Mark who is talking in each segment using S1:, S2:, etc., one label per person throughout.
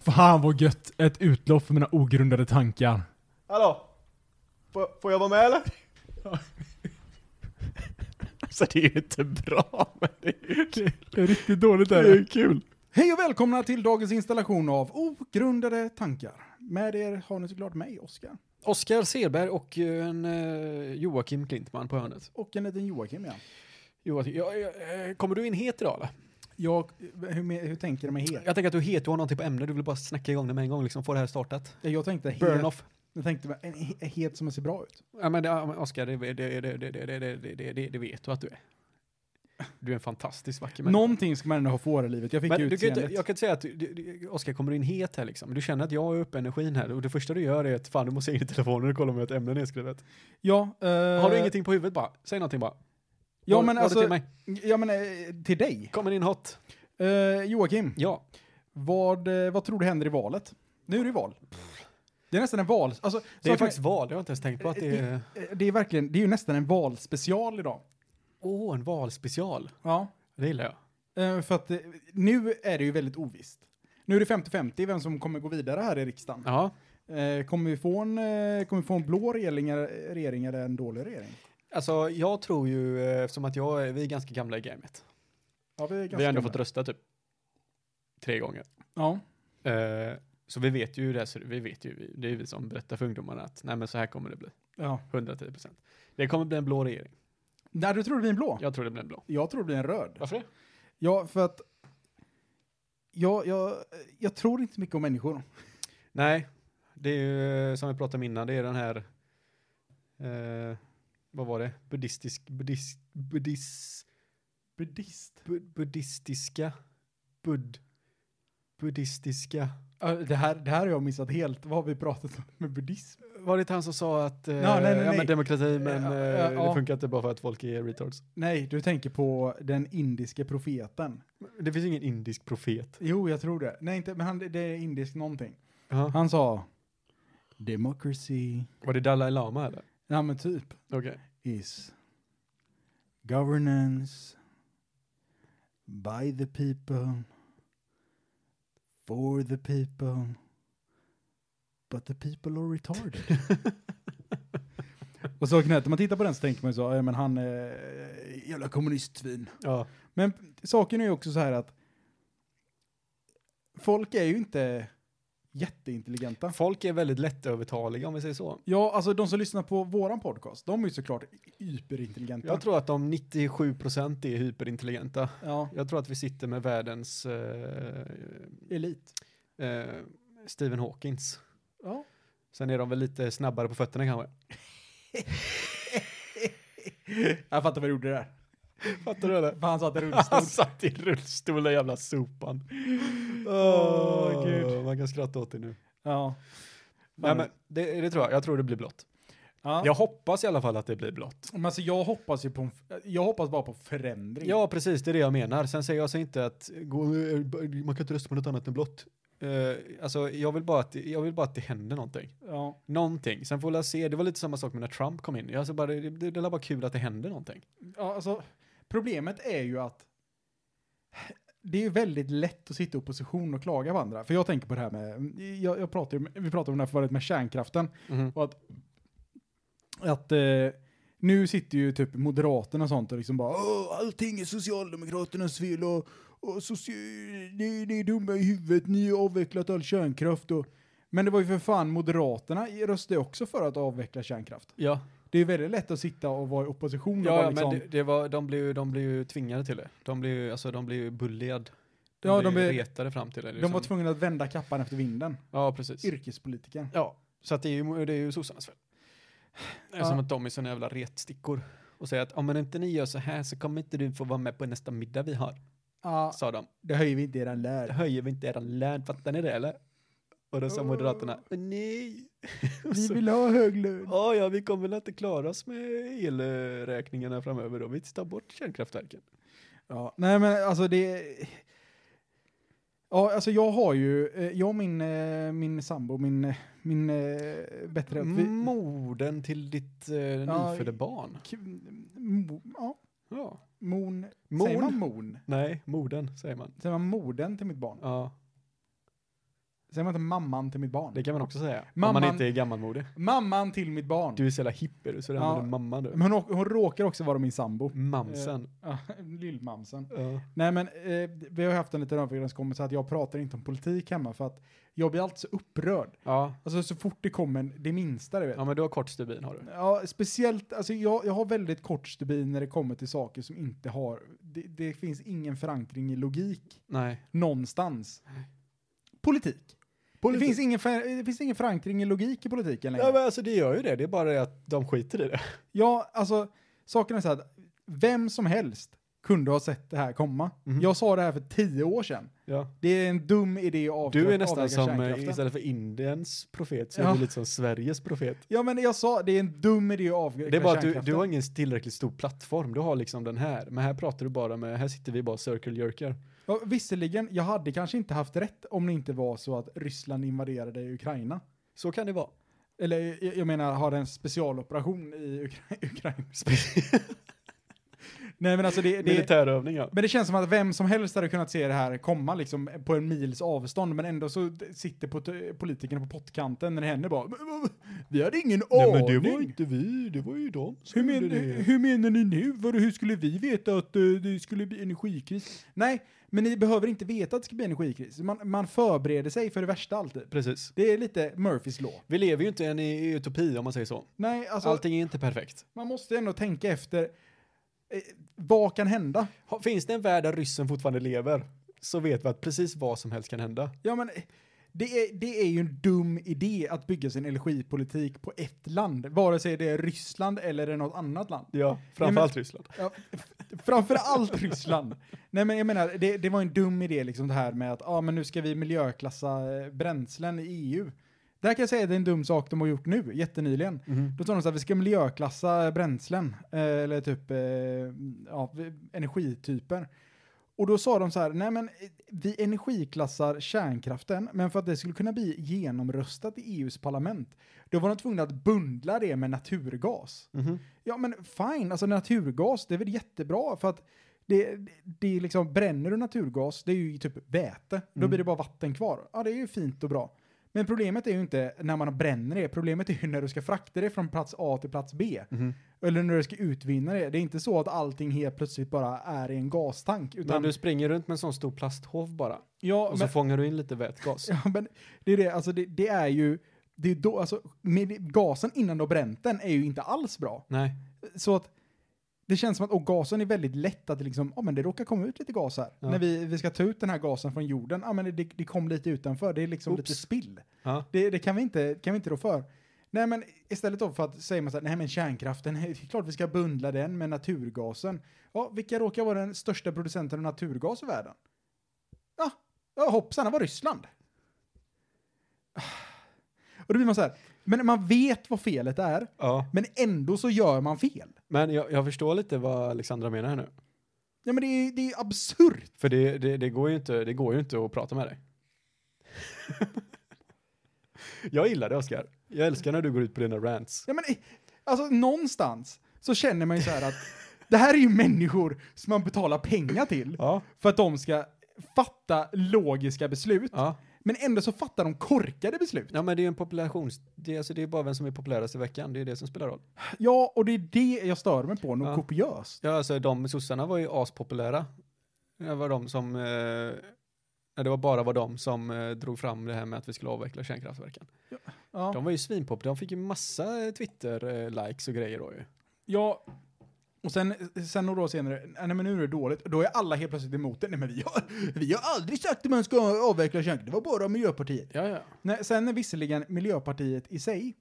S1: Fan vad gött! Ett utlopp för mina ogrundade tankar.
S2: Hallå? Får, får jag vara med eller?
S3: Alltså det är ju inte bra, men det är ju kul.
S1: Det är riktigt dåligt
S3: Det är ju kul.
S1: Hej och välkomna till dagens installation av Ogrundade tankar. Med er har ni såklart mig, Oskar.
S3: Oskar Selberg och eh, en eh, Joakim Klintman på hörnet.
S1: Och en liten Joakim ja.
S3: Joakim, ja, ja, eh, kommer du in het idag eller?
S1: Jag, hur, me- hur tänker du med het?
S3: Jag tänker att du är het, du har någonting på ämne, du vill bara snacka igång det med en gång, liksom få det här startat.
S1: Jag tänkte het,
S3: Burn off.
S1: jag tänkte med- en he- het som ser bra ut.
S3: Ja men det- ja, men Oskar, det, det, det, det, det, det, det, det, det, det vet du att du är. Du är en fantastiskt vacker människa.
S1: Någonting ska man ändå ha för i livet. Jag fick
S3: Men du kan ju
S1: utseendet.
S3: inte, jag kan inte säga att du- du- du- Oskar kommer in het här liksom. Du känner att jag är uppe i energin här och det första du gör är att fan du måste in i telefonen och kolla om jag har ett ämne nedskrivet.
S1: Ja, eh,
S3: Har du ingenting på huvudet bara? Säg någonting bara.
S1: Ja
S3: Har-
S1: men
S3: har du till
S1: alltså,
S3: mig?
S1: ja men eh, till dig.
S3: Kommer in hot.
S1: Eh, Joakim,
S3: Ja.
S1: vad, eh, vad tror du händer i valet? Nu är det val. Det är nästan en val... Alltså,
S3: Det är
S1: saken-
S3: faktiskt val, jag har inte ens tänkt på att det är...
S1: Eh, Det är verkligen, det är ju nästan en valspecial idag.
S3: Åh, oh, en valspecial.
S1: Ja.
S3: Det gillar jag.
S1: För att eh, nu är det ju väldigt ovisst. Nu är det 50-50 vem som kommer gå vidare här i riksdagen.
S3: Ja.
S1: Eh, Kommer vi få en, eh, kommer vi få en blå regering, eh, regering eller en dålig regering?
S3: Alltså jag tror ju, eh, eftersom att jag, är- vi är ganska gamla i gamet.
S1: Ja, vi är ganska
S3: Vi har ändå
S1: gamla.
S3: fått rösta typ tre gånger.
S1: Ja.
S3: Eh, Så vi vet ju hur det, här ser ut. vi vet ju, vi- det är ju vi som berättar för ungdomarna att nej men så här kommer det bli.
S1: ja.
S3: 110 procent. Det kommer bli en blå regering.
S1: Nej, du tror det blir en blå?
S3: Jag tror det blir en blå.
S1: Jag tror det blir en röd.
S3: Varför det?
S1: Ja, för att jag, jag, jag tror inte så mycket om människor.
S3: Nej, det är ju eh, som vi pratade om innan, det är den här, eh, vad var det? Buddhistisk, buddhist, buddhist,
S1: Buddhist?
S3: bu, buddhistiska, budd, buddhistiska.
S1: Det här, det här har jag missat helt. Vad har vi pratat om med buddhism?
S3: Var det inte han som sa att eh,
S1: nej, nej,
S3: ja,
S1: nej.
S3: men demokrati, men
S1: Ja,
S3: eh,
S1: ja, ja.
S3: det funkar inte bara för att folk är retards?
S1: Nej, du tänker på den indiske profeten.
S3: Det finns ju ingen indisk profet.
S1: Jo, jag tror det. Nej, inte, men han, det är indisk någonting.
S3: Ja.
S1: Han sa Democracy,
S3: Var det Dalai Lama eller?
S1: ja men typ,
S3: Okej.
S1: is governance by the people, for the people, but the people are retarded. Och så när man tittar på den så tänker man ju så, ja men han eh, jävla kommunistsvin.
S3: Ja.
S1: Men saken är ju också så här att folk är ju inte jätteintelligenta.
S3: Folk är väldigt lättövertaliga om vi säger så.
S1: Ja, alltså de som lyssnar på våran podcast, de är ju såklart hyperintelligenta.
S3: Jag tror att de 97% är hyperintelligenta.
S1: Ja,
S3: Jag tror att vi sitter med världens eh,
S1: elit.
S3: eh, Stephen Hawkins.
S1: Ja.
S3: Sen är de väl lite snabbare på fötterna kanske.
S1: Jag fattar vad du gjorde där.
S3: Fattar du eller?
S1: För han satt i
S3: Han
S1: rullstol.
S3: satt i rullstol, den jävla sopan.
S1: Åh, gud.
S3: Man kan skratta åt det nu.
S1: Ja.
S3: Nej, men det, det tror jag. Jag tror det blir blått.
S1: ja.
S3: Jag hoppas i alla fall att det blir blått.
S1: Men alltså jag hoppas ju på en, f- jag hoppas bara på förändring.
S3: Ja, precis. Det är det jag menar. Sen säger jag så inte att gå, eh, man kan inte rösta på något annat än blått. Eh, alltså, jag vill, bara att, jag vill bara att det händer någonting.
S1: Ja.
S3: Någonting. Sen får vi väl se. Det var lite samma sak med när Trump kom in. Alltså bara, det, det, det var bara kul att det hände någonting.
S1: ja, alltså problemet är ju att det är ju väldigt lätt att sitta i opposition och klaga på andra. För jag tänker på det här med, jag, jag pratar ju, vi pratade om det här förut med kärnkraften. Och att, att eh, nu sitter ju typ Moderaterna och sånt och liksom bara "Åh, allting är Socialdemokraternas fel och, och soci- ni, ni är dumma i huvudet, ni har avvecklat all kärnkraft och men det var ju för fan Moderaterna röstade också för att avveckla kärnkraft.
S3: Ja,
S1: Det är ju väldigt lätt att sitta och vara i opposition och
S3: ja
S1: bara liksom,
S3: men det, det var, de, blev, ju- de blev ju tvingade till det. De blev ju, alltså, de blev ju bulliad. De
S1: Ja,
S3: blev
S1: de
S3: ju
S1: blev-
S3: retade fram till det.
S1: de
S3: liksom.
S1: var tvungna att vända kappan efter vinden.
S3: Ja, precis.
S1: Yrkespolitiker.
S3: Ja, så att det är ju, det är ju sossarnas fel. Det är
S1: Ja.
S3: Som att de är såna jävla retstickor. Och säger att om inte ni gör så här så kommer inte du få vara med på nästa middag vi har,
S1: Ja,
S3: sa de.
S1: det höjer vi inte eran
S3: "Då
S1: lön.
S3: Höjer vi inte eran lön, fattar ni det eller? Och då sa
S1: Åh.
S3: moderaterna, "Men nej. Och
S1: Vi
S3: så,
S1: vill ha hög lön.
S3: Ja, ja, vi kommer väl inte klara oss med elräkningarna framöver då. Vi tar bort kärnkraftverken.
S1: Ja, nej men alltså det... Ja, alltså jag har ju, eh, jag och min, eh, min sambo, min, eh, min eh, bättre... Vi,
S3: Moden till ditt eh, nyfödda barn.
S1: k- mo, ja,
S3: Ja.
S1: mon, Säger
S3: Mon?
S1: man mon?
S3: Nej, moden säger man.
S1: Säger man moden till mitt barn?
S3: Ja.
S1: Säger man inte mamman till mitt barn?
S3: Det kan man också säga. Om
S1: Mamman-
S3: man inte är gammalmodig.
S1: Mamman till mitt barn.
S3: Du är så jävla hipp är du, så du
S1: Ja.
S3: använder mamma du.
S1: Men hon, å- hon råkar också vara min sambo. Eh,
S3: Mamsen.
S1: Ja, Lillmamsen.
S3: Ja.
S1: Nej men eh, vi har ju haft en liten överenskommelse att jag pratar inte om politik hemma för att jag blir alltid så upprörd.
S3: Ja.
S1: Alltså så fort det kommer en- det minsta du vet.
S3: ja, men du har kort stubin har du.
S1: Ja, speciellt, alltså jag, jag har väldigt kort stubin när det kommer till saker som inte har, det, det finns ingen förankring i logik
S3: Nej.
S1: någonstans. Politik.
S3: Politik.
S1: Det, finns ingen, för- det finns ingen förankring i logik i politiken längre.
S3: Ja,
S1: Ja,
S3: men alltså det gör ju det. Det är bara det att de skiter i det.
S1: alltså, saken är så här, att vem som helst kunde ha sett det här komma.
S3: Mhm.
S1: Jag sa det här för tio år sedan.
S3: Ja.
S1: Det är en dum idé att avtra-
S3: Du är nästan
S1: avveckla
S3: som, eh,
S1: kärnkraften.
S3: istället för Indiens profet, så
S1: Ja.
S3: är du lite som Sveriges profet.
S1: Ja men jag sa, det är en dum idé att avveckla
S3: Det är bara att du,
S1: kärnkraften.
S3: du har ingen tillräckligt stor plattform, du har liksom den här. Men här pratar du bara med, här sitter vi bara circle jerkar.
S1: Ja, visserligen, jag hade kanske inte haft rätt om det inte var så att Ryssland invaderade Ukraina.
S3: Så kan det vara.
S1: Eller jag- jag menar, har en specialoperation i Ukra Ukraina. Nej men alltså det, det,
S3: Militärövningar.
S1: men det känns som att vem som helst hade kunnat se det här komma liksom på en mils avstånd men ändå så d- sitter pot- politikerna på pottkanten när det händer bara "Men vad- Vi hade ingen aning.
S3: vi, det var ju de
S1: hur, men, hur menar ni nu? Vadå, hur skulle vi veta att eh, det skulle bli energikris? Nej, men ni behöver inte veta att det ska bli energikris. Man, man förbereder sig för det värsta alltid.
S3: Precis.
S1: Det är lite Murphys law.
S3: Vi lever ju inte än i i utopi om man säger så.
S1: Nej, alltså
S3: Allting är inte perfekt.
S1: man måste ändå tänka efter. Eh, vad kan hända?
S3: Ha- Finns det en värld där ryssen fortfarande lever så vet vi att precis vad som helst kan hända.
S1: Ja, men eh, det är, det är ju en dum idé att bygga sin energipolitik på ett land, vare sig det är Ryssland eller det är något annat land.
S3: Ja, framförallt Ryssland.
S1: Ja, f- framför allt Ryssland. Nej men jag menar, det, det var en dum idé liksom det här med att ah, men nu ska vi miljöklassa eh, bränslen i EU. Där kan jag säga att det är en dum sak de har gjort nu, jättenyligen. Då sa de så här, vi ska miljöklassa bränslen, eh, eller typ eh, ja, vi- energityper. Och då sa de så här, nej men eh, vi energiklassar kärnkraften, men för att det skulle kunna bli genomröstat i EUs parlament, då var de tvungna att bundla det med naturgas.
S3: Mhm.
S1: Ja, men fine. Alltså naturgas, det är väl jättebra för att det, det, det är liksom, bränner du naturgas, det är ju typ väte. Då
S3: Mm.
S1: blir det bara vatten kvar. Ja, det är ju fint och bra. Men problemet är ju inte när man bränner det, problemet är ju när du ska frakta det från plats A till plats B.
S3: Mhm.
S1: Eller när du ska utvinna det. Det är inte så att allting helt plötsligt bara är i en gastank. Utan,
S3: Men du springer runt med en sån stor plasthov bara.
S1: ja,
S3: Och så
S1: men,
S3: fångar du in lite vätgas.
S1: ja, men det är det, alltså det, det är ju, det är då, alltså, med, gasen innan du har bränt den är ju inte alls bra.
S3: Nej.
S1: Så att det känns som att, och gasen är väldigt lätt att liksom, ja men det råkar komma ut lite gas här.
S3: Ja.
S1: När vi, vi ska ta ut den här gasen från jorden, ja men det, det kom lite utanför, det är liksom
S3: Oops.
S1: lite spill.
S3: Ja.
S1: Det, det kan, vi inte, kan vi inte rå för. Nej men istället då för att säga man så här, nej men kärnkraften, det är klart vi ska bundla den med naturgasen. Ja, vilka råkar vara den största producenten av naturgas i världen? Ja, ja hoppsan, det var Ryssland. Ah. Och då blir man så här, men man vet vad felet är,
S3: ja.
S1: men ändå så gör man fel.
S3: Men jag, jag förstår lite vad Alexandra menar här nu.
S1: Ja men det är, det är absurt.
S3: För det, det, det, går ju inte, det går ju inte att prata med dig. jag gillar det, Oskar. Jag älskar när du går ut på dina rants.
S1: Ja men eh, alltså någonstans så känner man ju så här att det här är ju människor som man betalar pengar till
S3: Ja.
S1: för att de ska fatta logiska beslut.
S3: Ja.
S1: Men ändå så fattar de korkade beslut.
S3: ja, men det är ju en populations... Det är, alltså, det är bara vem som är populärast i veckan. Det är det som spelar roll.
S1: Ja, och det är det jag stör mig på nog
S3: Ja.
S1: kopiöst.
S3: Ja, alltså de sossarna var ju aspopulära. Det var de som... Eh, nej, det var bara var de som eh, drog fram det här med att vi skulle avveckla kärnkraftverken.
S1: Ja.
S3: De var ju svinpopulära. De fick ju massa eh, Twitter-likes och grejer då ju.
S1: ja. Och sen, sen några år senare, nej men nu är det dåligt, då är alla helt plötsligt emot det. Nej men vi har, vi har aldrig sagt att man ska avveckla kärnkraften, det var bara Miljöpartiet.
S3: Ja, ja.
S1: Nej, sen är visserligen Miljöpartiet i sig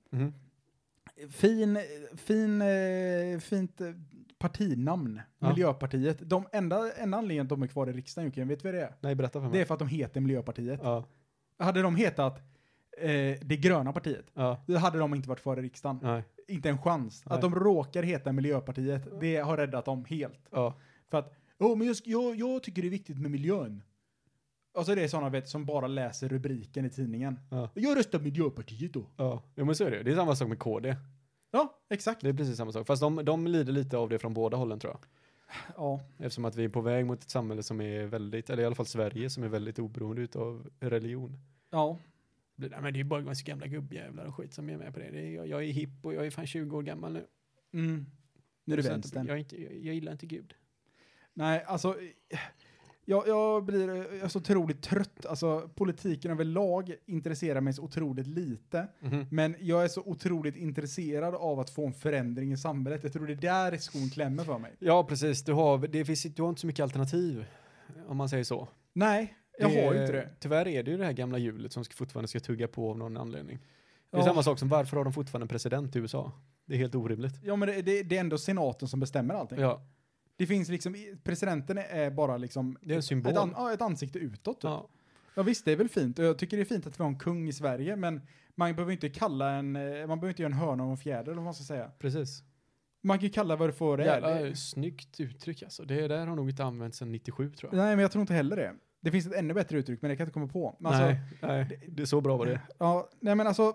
S1: fin, fin, eh, fint eh, partinamn,
S3: Ja.
S1: Miljöpartiet. De enda, enda anledningen att de är kvar i riksdagen, Jocke, vet du vad det är?
S3: Nej, berätta för mig.
S1: Det är för att de heter Miljöpartiet.
S3: Ja,
S1: Hade de hetat eh, det gröna partiet,
S3: ja.
S1: då hade de inte varit kvar i riksdagen.
S3: Nej.
S1: Inte en chans.
S3: Nej.
S1: Att de råkar heta Miljöpartiet, det har räddat dem helt.
S3: Ja.
S1: För att, oh, men jag, sk- jag, jag tycker det är viktigt med miljön. Och så är det sådana vet, som bara läser rubriken i tidningen.
S3: Ja.
S1: Jag röstar Miljöpartiet då.
S3: Ja, jo, men så är det ju. Det är samma sak med KD.
S1: Ja, exakt.
S3: Det är precis samma sak. Fast de, de lider lite av det från båda hållen tror jag.
S1: Ja.
S3: Eftersom att vi är på väg mot ett samhälle som är väldigt, eller i alla fall Sverige, som är väldigt oberoende utav religion.
S1: Ja.
S3: Det, nej, men det är ju bara en så gamla gubbjävlar och skit som är med på det. det är, jag, jag är hipp och jag är fan 20 år gammal nu.
S1: Mm. Nu är det
S3: Så att
S1: vänstern.
S3: Jag, är inte, jag, jag gillar inte Gud.
S1: Nej, alltså. eh, Jag, jag blir eh, jag är så otroligt trött. Alltså, politiken överlag intresserar mig så otroligt lite.
S3: Mhm.
S1: Men jag är så otroligt intresserad av att få en förändring i samhället. Jag tror det är där skon klämmer för mig.
S3: Ja, precis. Du har, det finns, du har inte så mycket alternativ, om man säger så.
S1: Nej, jag
S3: Det-
S1: har ju inte det.
S3: Tyvärr är det ju det här gamla hjulet som ska- fortfarande ska tugga på av någon anledning. Det är
S1: Ja.
S3: samma sak som varför har de fortfarande en president i USA? Det är helt orimligt.
S1: Ja, men det, det, det är ändå senaten som bestämmer allting.
S3: Ja,
S1: Det finns liksom, presidenten är bara liksom
S3: det är en symbol.
S1: ett, an, ja, ett ansikte utåt. Typ.
S3: ja.
S1: Ja visst, det är väl fint. Och jag tycker det är fint att vi har en kung i Sverige, men man behöver inte kalla en, eh, man behöver inte göra en höna och en fjäder, eller vad man ska säga.
S3: Precis.
S1: Man kan ju kalla vad det får det är.
S3: Jävla
S1: Det-
S3: snyggt uttryck alltså. Det där har nog inte använts sedan 97 tror jag.
S1: Nej, men jag tror inte heller det. Det finns ett ännu bättre uttryck, men det kan jag inte komma på. Men alltså,
S3: nej, nej, det är så bra var det.
S1: Ja, nej men alltså,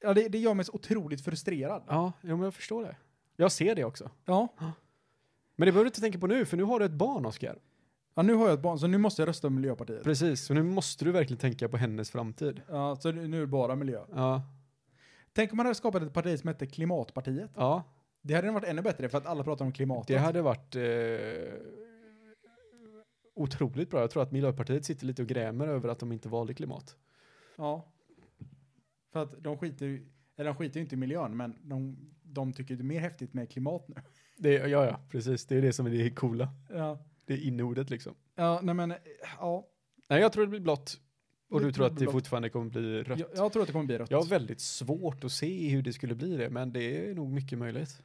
S1: ja, det, det gör mig så otroligt frustrerad.
S3: Ja, jo, men jag förstår det. Jag ser det också.
S1: Ja.
S3: Men det behöver du inte tänka på nu, för nu har du ett barn, Oskar.
S1: ja, nu har jag ett barn, så nu måste jag rösta på Miljöpartiet.
S3: Precis, så nu måste du verkligen tänka på hennes framtid.
S1: Ja, så nu nu är det bara miljö.
S3: Ja,
S1: Tänk om man hade skapat ett parti som hette Klimatpartiet.
S3: ja
S1: Det hade varit ännu bättre, för att alla pratar om klimatet.
S3: det hade varit eh, otroligt bra. Jag tror att Miljöpartiet sitter lite och grämer över att de inte valde klimat.
S1: Ja. För att de skiter ju, eller de skiter ju inte i miljön, men de, de tycker det är mer häftigt med klimat nu.
S3: Det, ja, ja, precis. Det är det som är det coola.
S1: Ja,
S3: Det är inneordet liksom.
S1: ja nej men, eh, ja.
S3: Nej, jag tror det blir blått. Och
S1: Det
S3: du tror
S1: blir
S3: att det
S1: blått.
S3: fortfarande kommer bli rött.
S1: Jag, jag tror att det kommer bli rött.
S3: Jag har väldigt svårt att se hur det skulle bli det, men det är nog mycket möjligt.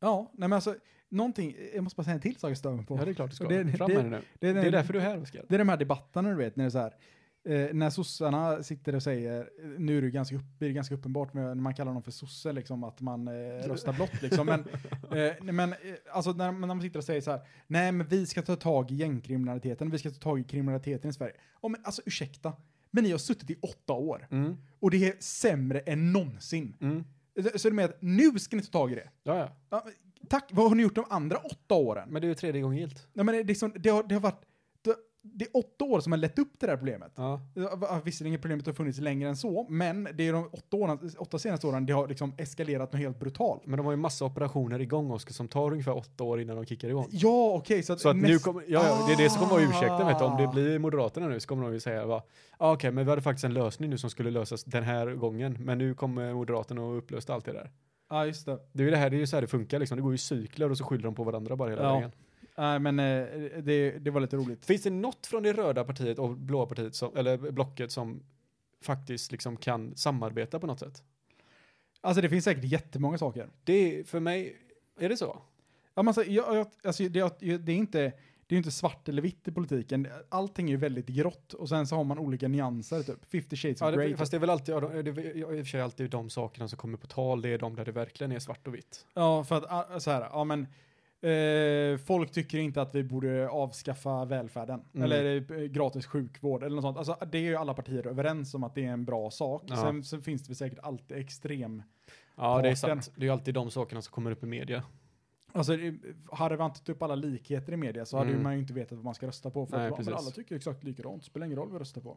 S1: Ja, nej men alltså, någonting, jag måste bara säga en till sak jag stör mig på.
S3: Ja, det är klart du ska.
S1: Det- det-
S3: Fram med det nu.
S1: är,
S3: Det
S1: den-
S3: är därför du är här, Oskar.
S1: det är de här debatterna du vet, när det är så här, eh, när sossarna sitter och säger, nu är det ganska, upp, det är ganska uppenbart med, när man kallar dem för sosse, liksom, att man eh, röstar blått liksom, men, eh, nej, men eh, alltså när, när man sitter och säger så här, nej men vi ska ta tag i gängkriminaliteten, vi ska ta tag i kriminaliteten i Sverige. Ja, men, alltså ursäkta, men ni har suttit i åtta år
S3: Mm,
S1: och det är sämre än någonsin. Eh,
S3: mm.
S1: Så- Så du menar att nu ska ni ta tag i det?
S3: Ja, ja.
S1: Ja, men, tack, vad har ni gjort de andra åtta åren?
S3: Men det är ju tredje gången gillt.
S1: Nej, men det, är liksom, det, har, det har varit... Det, det är åtta år som har lett upp det där problemet.
S3: Ja.
S1: Ja, va- Visserligen problemet har funnits längre än så, men det är de åtta, åren, åtta senaste åren det har liksom eskalerat något helt brutalt.
S3: Men de har ju massa operationer igång, Oskar, som tar ungefär åtta år innan de kickar igång.
S1: Ja, okej, så att,
S3: Så att nu
S1: näst-
S3: kommer, ja, ja, det är det som kommer vara ursäkten, vet du. Om det
S1: Ah.
S3: blir Moderaterna nu så kommer de ju säga, va, ah, okej, men vi hade faktiskt en lösning nu som skulle lösas den här gången, men nu kommer Moderaterna och upplöste allt det där.
S1: Ja, just det.
S3: Det är ju det här, det är ju så här det funkar liksom. Det går ju i cykler och så skyller de på varandra bara hela
S1: Ja.
S3: vägen.
S1: Nej, men eh, det, det var lite roligt.
S3: Finns det något från det röda partiet och blåa partiet, som, eller blocket, som faktiskt liksom kan samarbeta på något sätt?
S1: Alltså det finns säkert jättemånga saker.
S3: Det är, för mig, är det så?
S1: Ja, men alltså, jag, jag, alltså, det, jag, det är inte... Det är ju inte svart eller vitt i politiken. Allting är ju väldigt grått och sen så har man olika nyanser typ. 50 shades
S3: Ja,
S1: of grey.
S3: det,
S1: typ.
S3: fast det är väl alltid, ja, de- det är ja, i och för sig alltid de sakerna som kommer på tal, det är de där det verkligen är svart och vitt.
S1: Ja, för att ah, så här, ja men eh, folk tycker inte att vi borde avskaffa välfärden
S3: Mm.
S1: eller eh, gratis sjukvård eller något sånt. Alltså, det är ju alla partier överens om att det är en bra sak.
S3: Ja.
S1: Sen, sen finns det väl säkert alltid extrem.
S3: Ja, det är
S1: Parten.
S3: sant. Det är ju alltid de sakerna som kommer upp i media.
S1: Alltså, det- hade man inte tagit upp alla likheter i media så hade ju
S3: Mm.
S1: man ju inte vetat vad man ska rösta på. För
S3: Nej,
S1: att, bara, men
S3: precis.
S1: alla tycker exakt likadant, spelar ingen roll vad vi röstar på.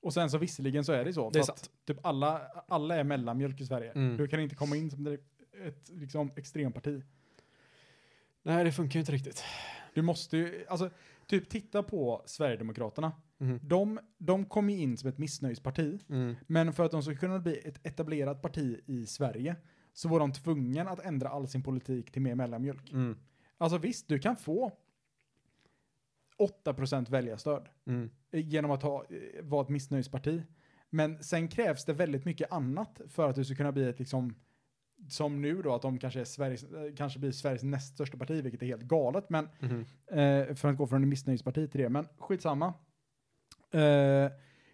S1: Och sen så visserligen så är det så.
S3: Det är
S1: för att Typ alla, alla är mellanmjölk i Sverige.
S3: Mm.
S1: Du kan inte komma in som direkt- ett liksom, extremparti.
S3: Nej, det funkar ju inte riktigt.
S1: Du måste ju, alltså, typ titta på Sverigedemokraterna.
S3: Mhm.
S1: De, de kom ju in som ett missnöjesparti,
S3: mm,
S1: men för att de skulle kunna bli ett etablerat parti i Sverige så var de tvungna att ändra all sin politik till mer mellanmjölk.
S3: Mm.
S1: Alltså visst, du kan få 8% väljarstöd
S3: Mm.
S1: eh, genom att ha, eh, vara ett missnöjesparti. Men sen krävs det väldigt mycket annat för att du ska kunna bli ett liksom som nu då att de kanske, är Sveriges, eh, kanske blir Sveriges näst största parti, vilket är helt galet. Men
S3: Mhm.
S1: Eh, för att gå från missnöjesparti till det, men skitsamma. Eh,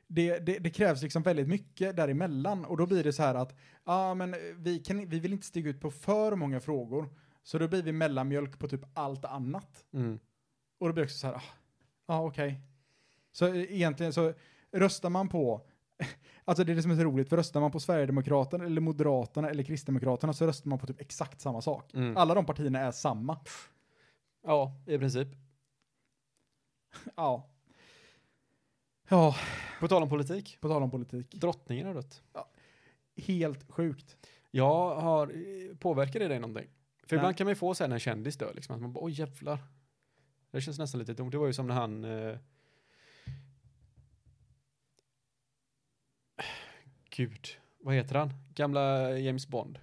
S1: det, det, det krävs liksom väldigt mycket däremellan och då blir det så här att ah, men vi, kan, vi vill inte stiga ut på för många frågor så då blir vi mellanmjölk på typ allt annat.
S3: Mm.
S1: Och då blir det också så här, ah, ah, okej. Så eh, egentligen så röstar man på, alltså det är det som är så roligt, för röstar man på Sverigedemokraterna eller Moderaterna eller Kristdemokraterna så röstar man på typ exakt samma sak.
S3: Mm.
S1: Alla de partierna är samma.
S3: Ja, i princip.
S1: Ja. Ja,
S3: På tal om politik.
S1: På tal om politik.
S3: Drottningen har dött.
S1: Helt sjukt.
S3: Jag har, eh, påverkar det dig någonting? För
S1: Nej.
S3: ibland kan man ju få så här när en kändis dör liksom, att man bara oj jävlar. Det känns nästan lite dumt. Det var ju som när han... Eh... Gud, vad heter han? Gamla James Bond.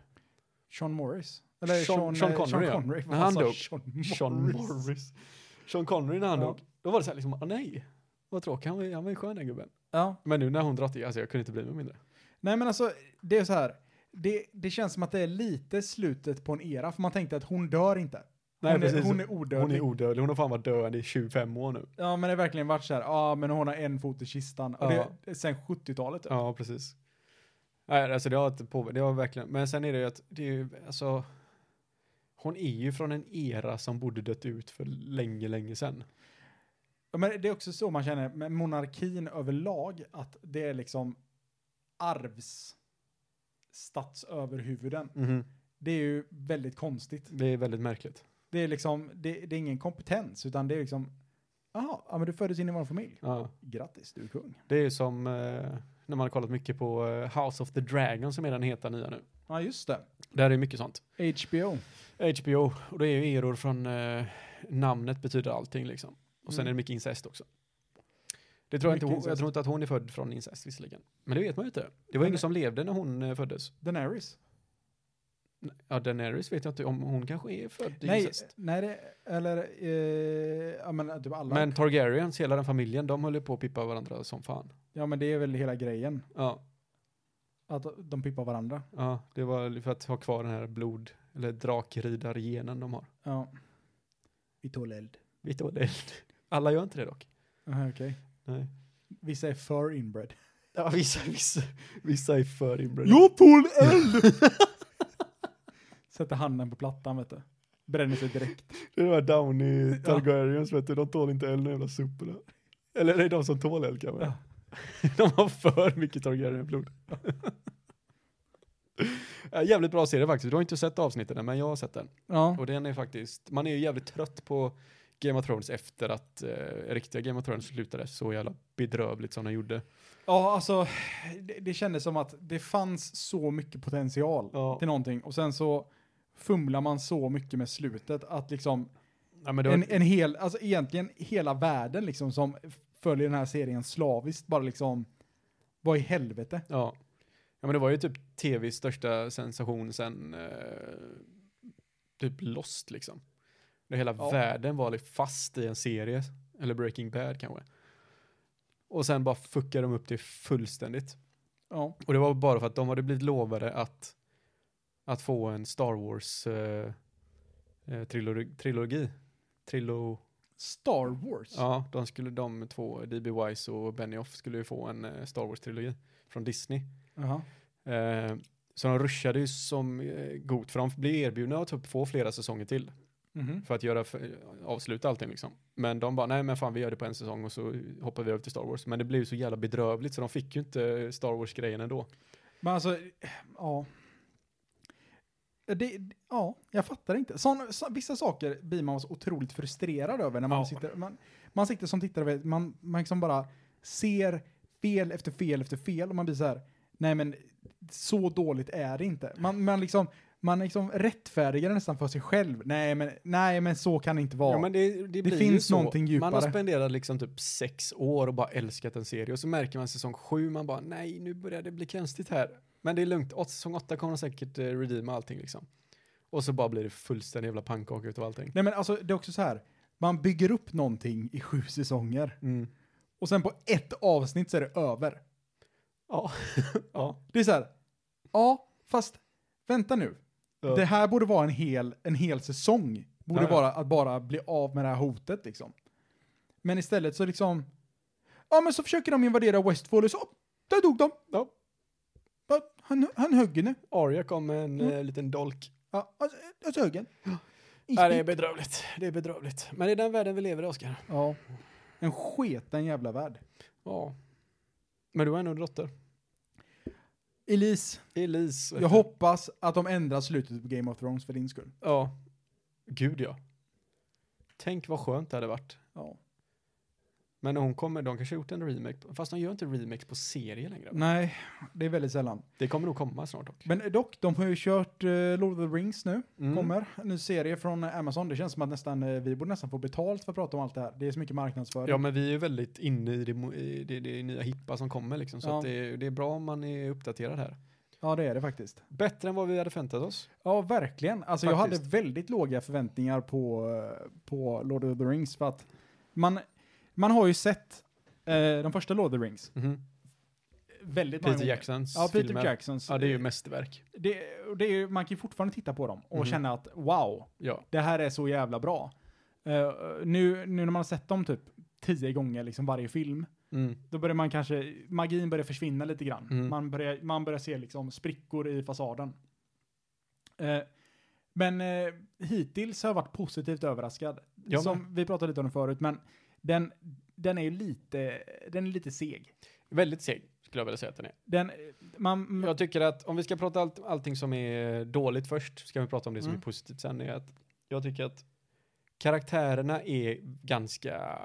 S1: Sean Morris.
S3: Sean- Sean
S1: eh,
S3: Connery, ja.
S1: Sean Connery.
S3: När han
S1: Vad sa
S3: dog.
S1: Sean
S3: Sean Morris. Sean Connery när han
S1: Ja.
S3: dog. Då var det så här liksom, åh nej. Vad tråkigt, han var ju han var ju skön den gubben.
S1: Ja.
S3: Men nu när hon dragit i, alltså jag kunde inte bli med mindre.
S1: Nej men alltså, det är så här. Det, det känns som att det är lite slutet på en era, för man tänkte att hon dör inte.
S3: Nej,
S1: hon, är,
S3: precis.
S1: hon är odödlig.
S3: Hon är odödlig, hon har fan varit död i 25 år nu.
S1: ja men det har verkligen varit så här, ja men hon har en fot i kistan. Och
S3: Ja.
S1: det, sen 70-talet. typ.
S3: Ja, precis. Nej, alltså det har inte påverkat, det har verkligen, men sen är det ju att det är ju, alltså, hon är ju från en era som borde dött ut för länge, länge sedan.
S1: Ja, men det är också så man känner med monarkin överlag, att det är liksom arvs statsöverhuvuden. Det är ju väldigt konstigt.
S3: Det är väldigt märkligt.
S1: Det är liksom, det, det är ingen kompetens, utan det är liksom, jaha, ja men du föddes in i vår familj.
S3: Ja.
S1: Grattis, du är kung.
S3: Det är ju som eh, när man har kollat mycket på eh, House of the Dragon som är den heta nya nu.
S1: Ja, just det.
S3: Där är mycket sånt.
S1: HBO.
S3: HBO, och det är ju eror från eh, namnet betyder allting liksom. Och sen
S1: Mm.
S3: är det mycket incest också. Det tror jag, inte, hon,
S1: Mycket
S3: jag
S1: incest.
S3: tror inte att hon är född från incest visserligen. Men det vet man ju inte. Det var
S1: Men-
S3: ingen som levde när hon eh, föddes.
S1: Daenerys.
S3: Ja, Daenerys vet jag inte om hon kanske är född i
S1: Nej,
S3: incest.
S1: nej, det, eller, eh, ja men typ alla.
S3: Men Targaryens, hela den familjen, de höll ju på att pippa varandra som fan.
S1: ja men det är väl hela grejen,
S3: Ja,
S1: att de pippar varandra.
S3: ja det var för att ha kvar den här blod, eller drakridargenen de har.
S1: Ja. Vi tål eld.
S3: Vitt och eld. Alla gör inte det dock.
S1: Aha, Okej.
S3: Nej.
S1: Vissa är för inbred.
S3: Ja, vissa, vissa, vissa är för inbredda.
S1: tål eld! Sätter handen på plattan vet du. Bränner sig direkt.
S3: Det är de här Downey
S1: Ja.
S3: Targaryens vet du, de tål inte eld, de jävla soporna. Eller det är de som tål eld kanske.
S1: Ja.
S3: De har för mycket Targaryen-blod. Ja, Jävligt bra serie faktiskt. Du har inte sett avsnitten än, men jag har sett den.
S1: Ja.
S3: Och den är faktiskt, man är ju jävligt trött på Game of Thrones efter att eh, riktiga Game of Thrones slutade så jävla bedrövligt som den gjorde.
S1: Ja, alltså det, det kändes som att det fanns så mycket potential
S3: Ja.
S1: till någonting och sen så fumlar man så mycket med slutet att liksom
S3: Ja, men det var,
S1: en, en hel, alltså egentligen hela världen liksom som f- följer den här serien slaviskt bara liksom vad i helvete?
S3: ja. ja, men det var ju typ tvs största sensation sen eh, typ Lost liksom. Där hela
S1: Ja.
S3: världen var li- fast i en serie, eller Breaking Bad kanske. Och sen bara fuckade de upp det fullständigt.
S1: Ja.
S3: Och det var bara för att de hade blivit lovade att, att få en Star Wars eh, eh, trilori, trilogi. Trilo,
S1: Star Wars?
S3: ja, de, skulle, de två, D.B. Wise och Benioff, skulle ju få en eh, Star Wars-trilogi från Disney.
S1: Jaha.
S3: Eh, så de rushade ju som eh, god, för de blev erbjudna att typ få flera säsonger till
S1: Mhm.
S3: för att göra, för, avsluta allting liksom. Men de bara, nej men fan vi gör det på en säsong och så hoppar vi över till Star Wars. Men det blev ju så jävla bedrövligt så de fick ju inte Star Wars-grejen ändå.
S1: Men alltså, ja. Det, ja, jag fattar inte. Sån, så, vissa saker blir man så otroligt frustrerad över när man
S3: Ja.
S1: sitter, man, man sitter som tittare, vet, man, man liksom bara ser fel efter fel efter fel och man blir så här, nej men så dåligt är det inte. Man, man liksom, man liksom rättfärdigar det nästan för sig själv. Nej men, nej men så kan det inte vara.
S3: Ja, men det, det, blir
S1: finns
S3: ju så.
S1: någonting
S3: Man har
S1: djupare.
S3: spenderat liksom typ sex år och bara älskat en serie och så märker man säsong sju, man bara nej, nu börjar det bli konstigt här. Men det är lugnt, Åt, säsong åtta kommer de säkert eh, redeema allting liksom. Och så bara blir det fullständig jävla pannkaka utav allting.
S1: Nej men alltså det är också så här, man bygger upp någonting i sju säsonger
S3: Mm.
S1: och sen på ett avsnitt så är det över.
S3: Ja. ja.
S1: Det är så här, ja, fast vänta nu.
S3: Ja.
S1: Det här borde vara en hel, en hel säsong. Borde
S3: Ja, ja.
S1: vara att bara bli av med det här hotet liksom. Men istället så liksom, ja men så försöker de invadera Westfall och så, oh, där dog de.
S3: ja.
S1: Ja, Han, han högg henne.
S3: Arya kom med en
S1: Mm.
S3: eh, liten dolk.
S1: Ja, alltså, alltså högg henne.
S3: Ja, det är bedrövligt. Det är bedrövligt. Men det är den världen vi lever i, Oskar.
S1: Ja. En sketen jävla värld.
S3: Ja. Men du har ändå en dotter.
S1: Elise,
S3: Elise. vet
S1: jag
S3: du.
S1: hoppas att de ändrar slutet på Game of Thrones för din skull.
S3: Ja. Gud ja. Tänk vad skönt det hade varit.
S1: Ja.
S3: Men när hon kommer, de kanske har gjort en remake. Fast de gör inte remakes på serier längre.
S1: Nej, det är väldigt sällan.
S3: Det kommer nog komma snart dock.
S1: Men dock, de har ju kört eh, Lord of the Rings nu.
S3: Mm.
S1: Kommer en ny serie från eh, Amazon. Det känns som att nästan, eh, vi borde nästan få betalt för att prata om allt det här. Det är så mycket marknadsföring.
S3: Ja, men vi är ju väldigt inne i det, mo- i det, det nya hippa som kommer liksom. Så
S1: Ja.
S3: att det, det är bra om man är uppdaterad här.
S1: Ja, det är det faktiskt.
S3: Bättre än vad vi hade förväntat oss.
S1: Ja, verkligen. Alltså jag hade
S3: Faktiskt.
S1: väldigt låga förväntningar på, eh, på Lord of the Rings för att man, man har ju sett eh, de första Lord of the Rings. Väldigt många
S3: Peter
S1: gånger.
S3: Jacksons
S1: Mhm. Ja, Peter
S3: filmer.
S1: Jacksons.
S3: Ja, det är ju mästerverk.
S1: det, och det är ju, man kan ju fortfarande titta på dem och
S3: Mhm.
S1: känna att wow,
S3: Ja.
S1: det här är så jävla bra. Eh, nu, nu när man har sett dem typ tio gånger liksom varje film,
S3: Mm.
S1: då börjar man kanske, magin börjar försvinna lite grann.
S3: Mm.
S1: Man, börjar, man börjar se liksom sprickor i fasaden. Eh, men eh, hittills har jag varit positivt överraskad.
S3: Jag
S1: Som vi pratade lite om det förut, men den, den är ju lite, den är lite seg.
S3: Väldigt seg, skulle jag vilja säga att den är.
S1: Den, man,
S3: Jag tycker att om vi ska prata allt, allting som är dåligt först, ska vi prata om det som
S1: Mm.
S3: är positivt sen. Är att jag tycker att karaktärerna är ganska...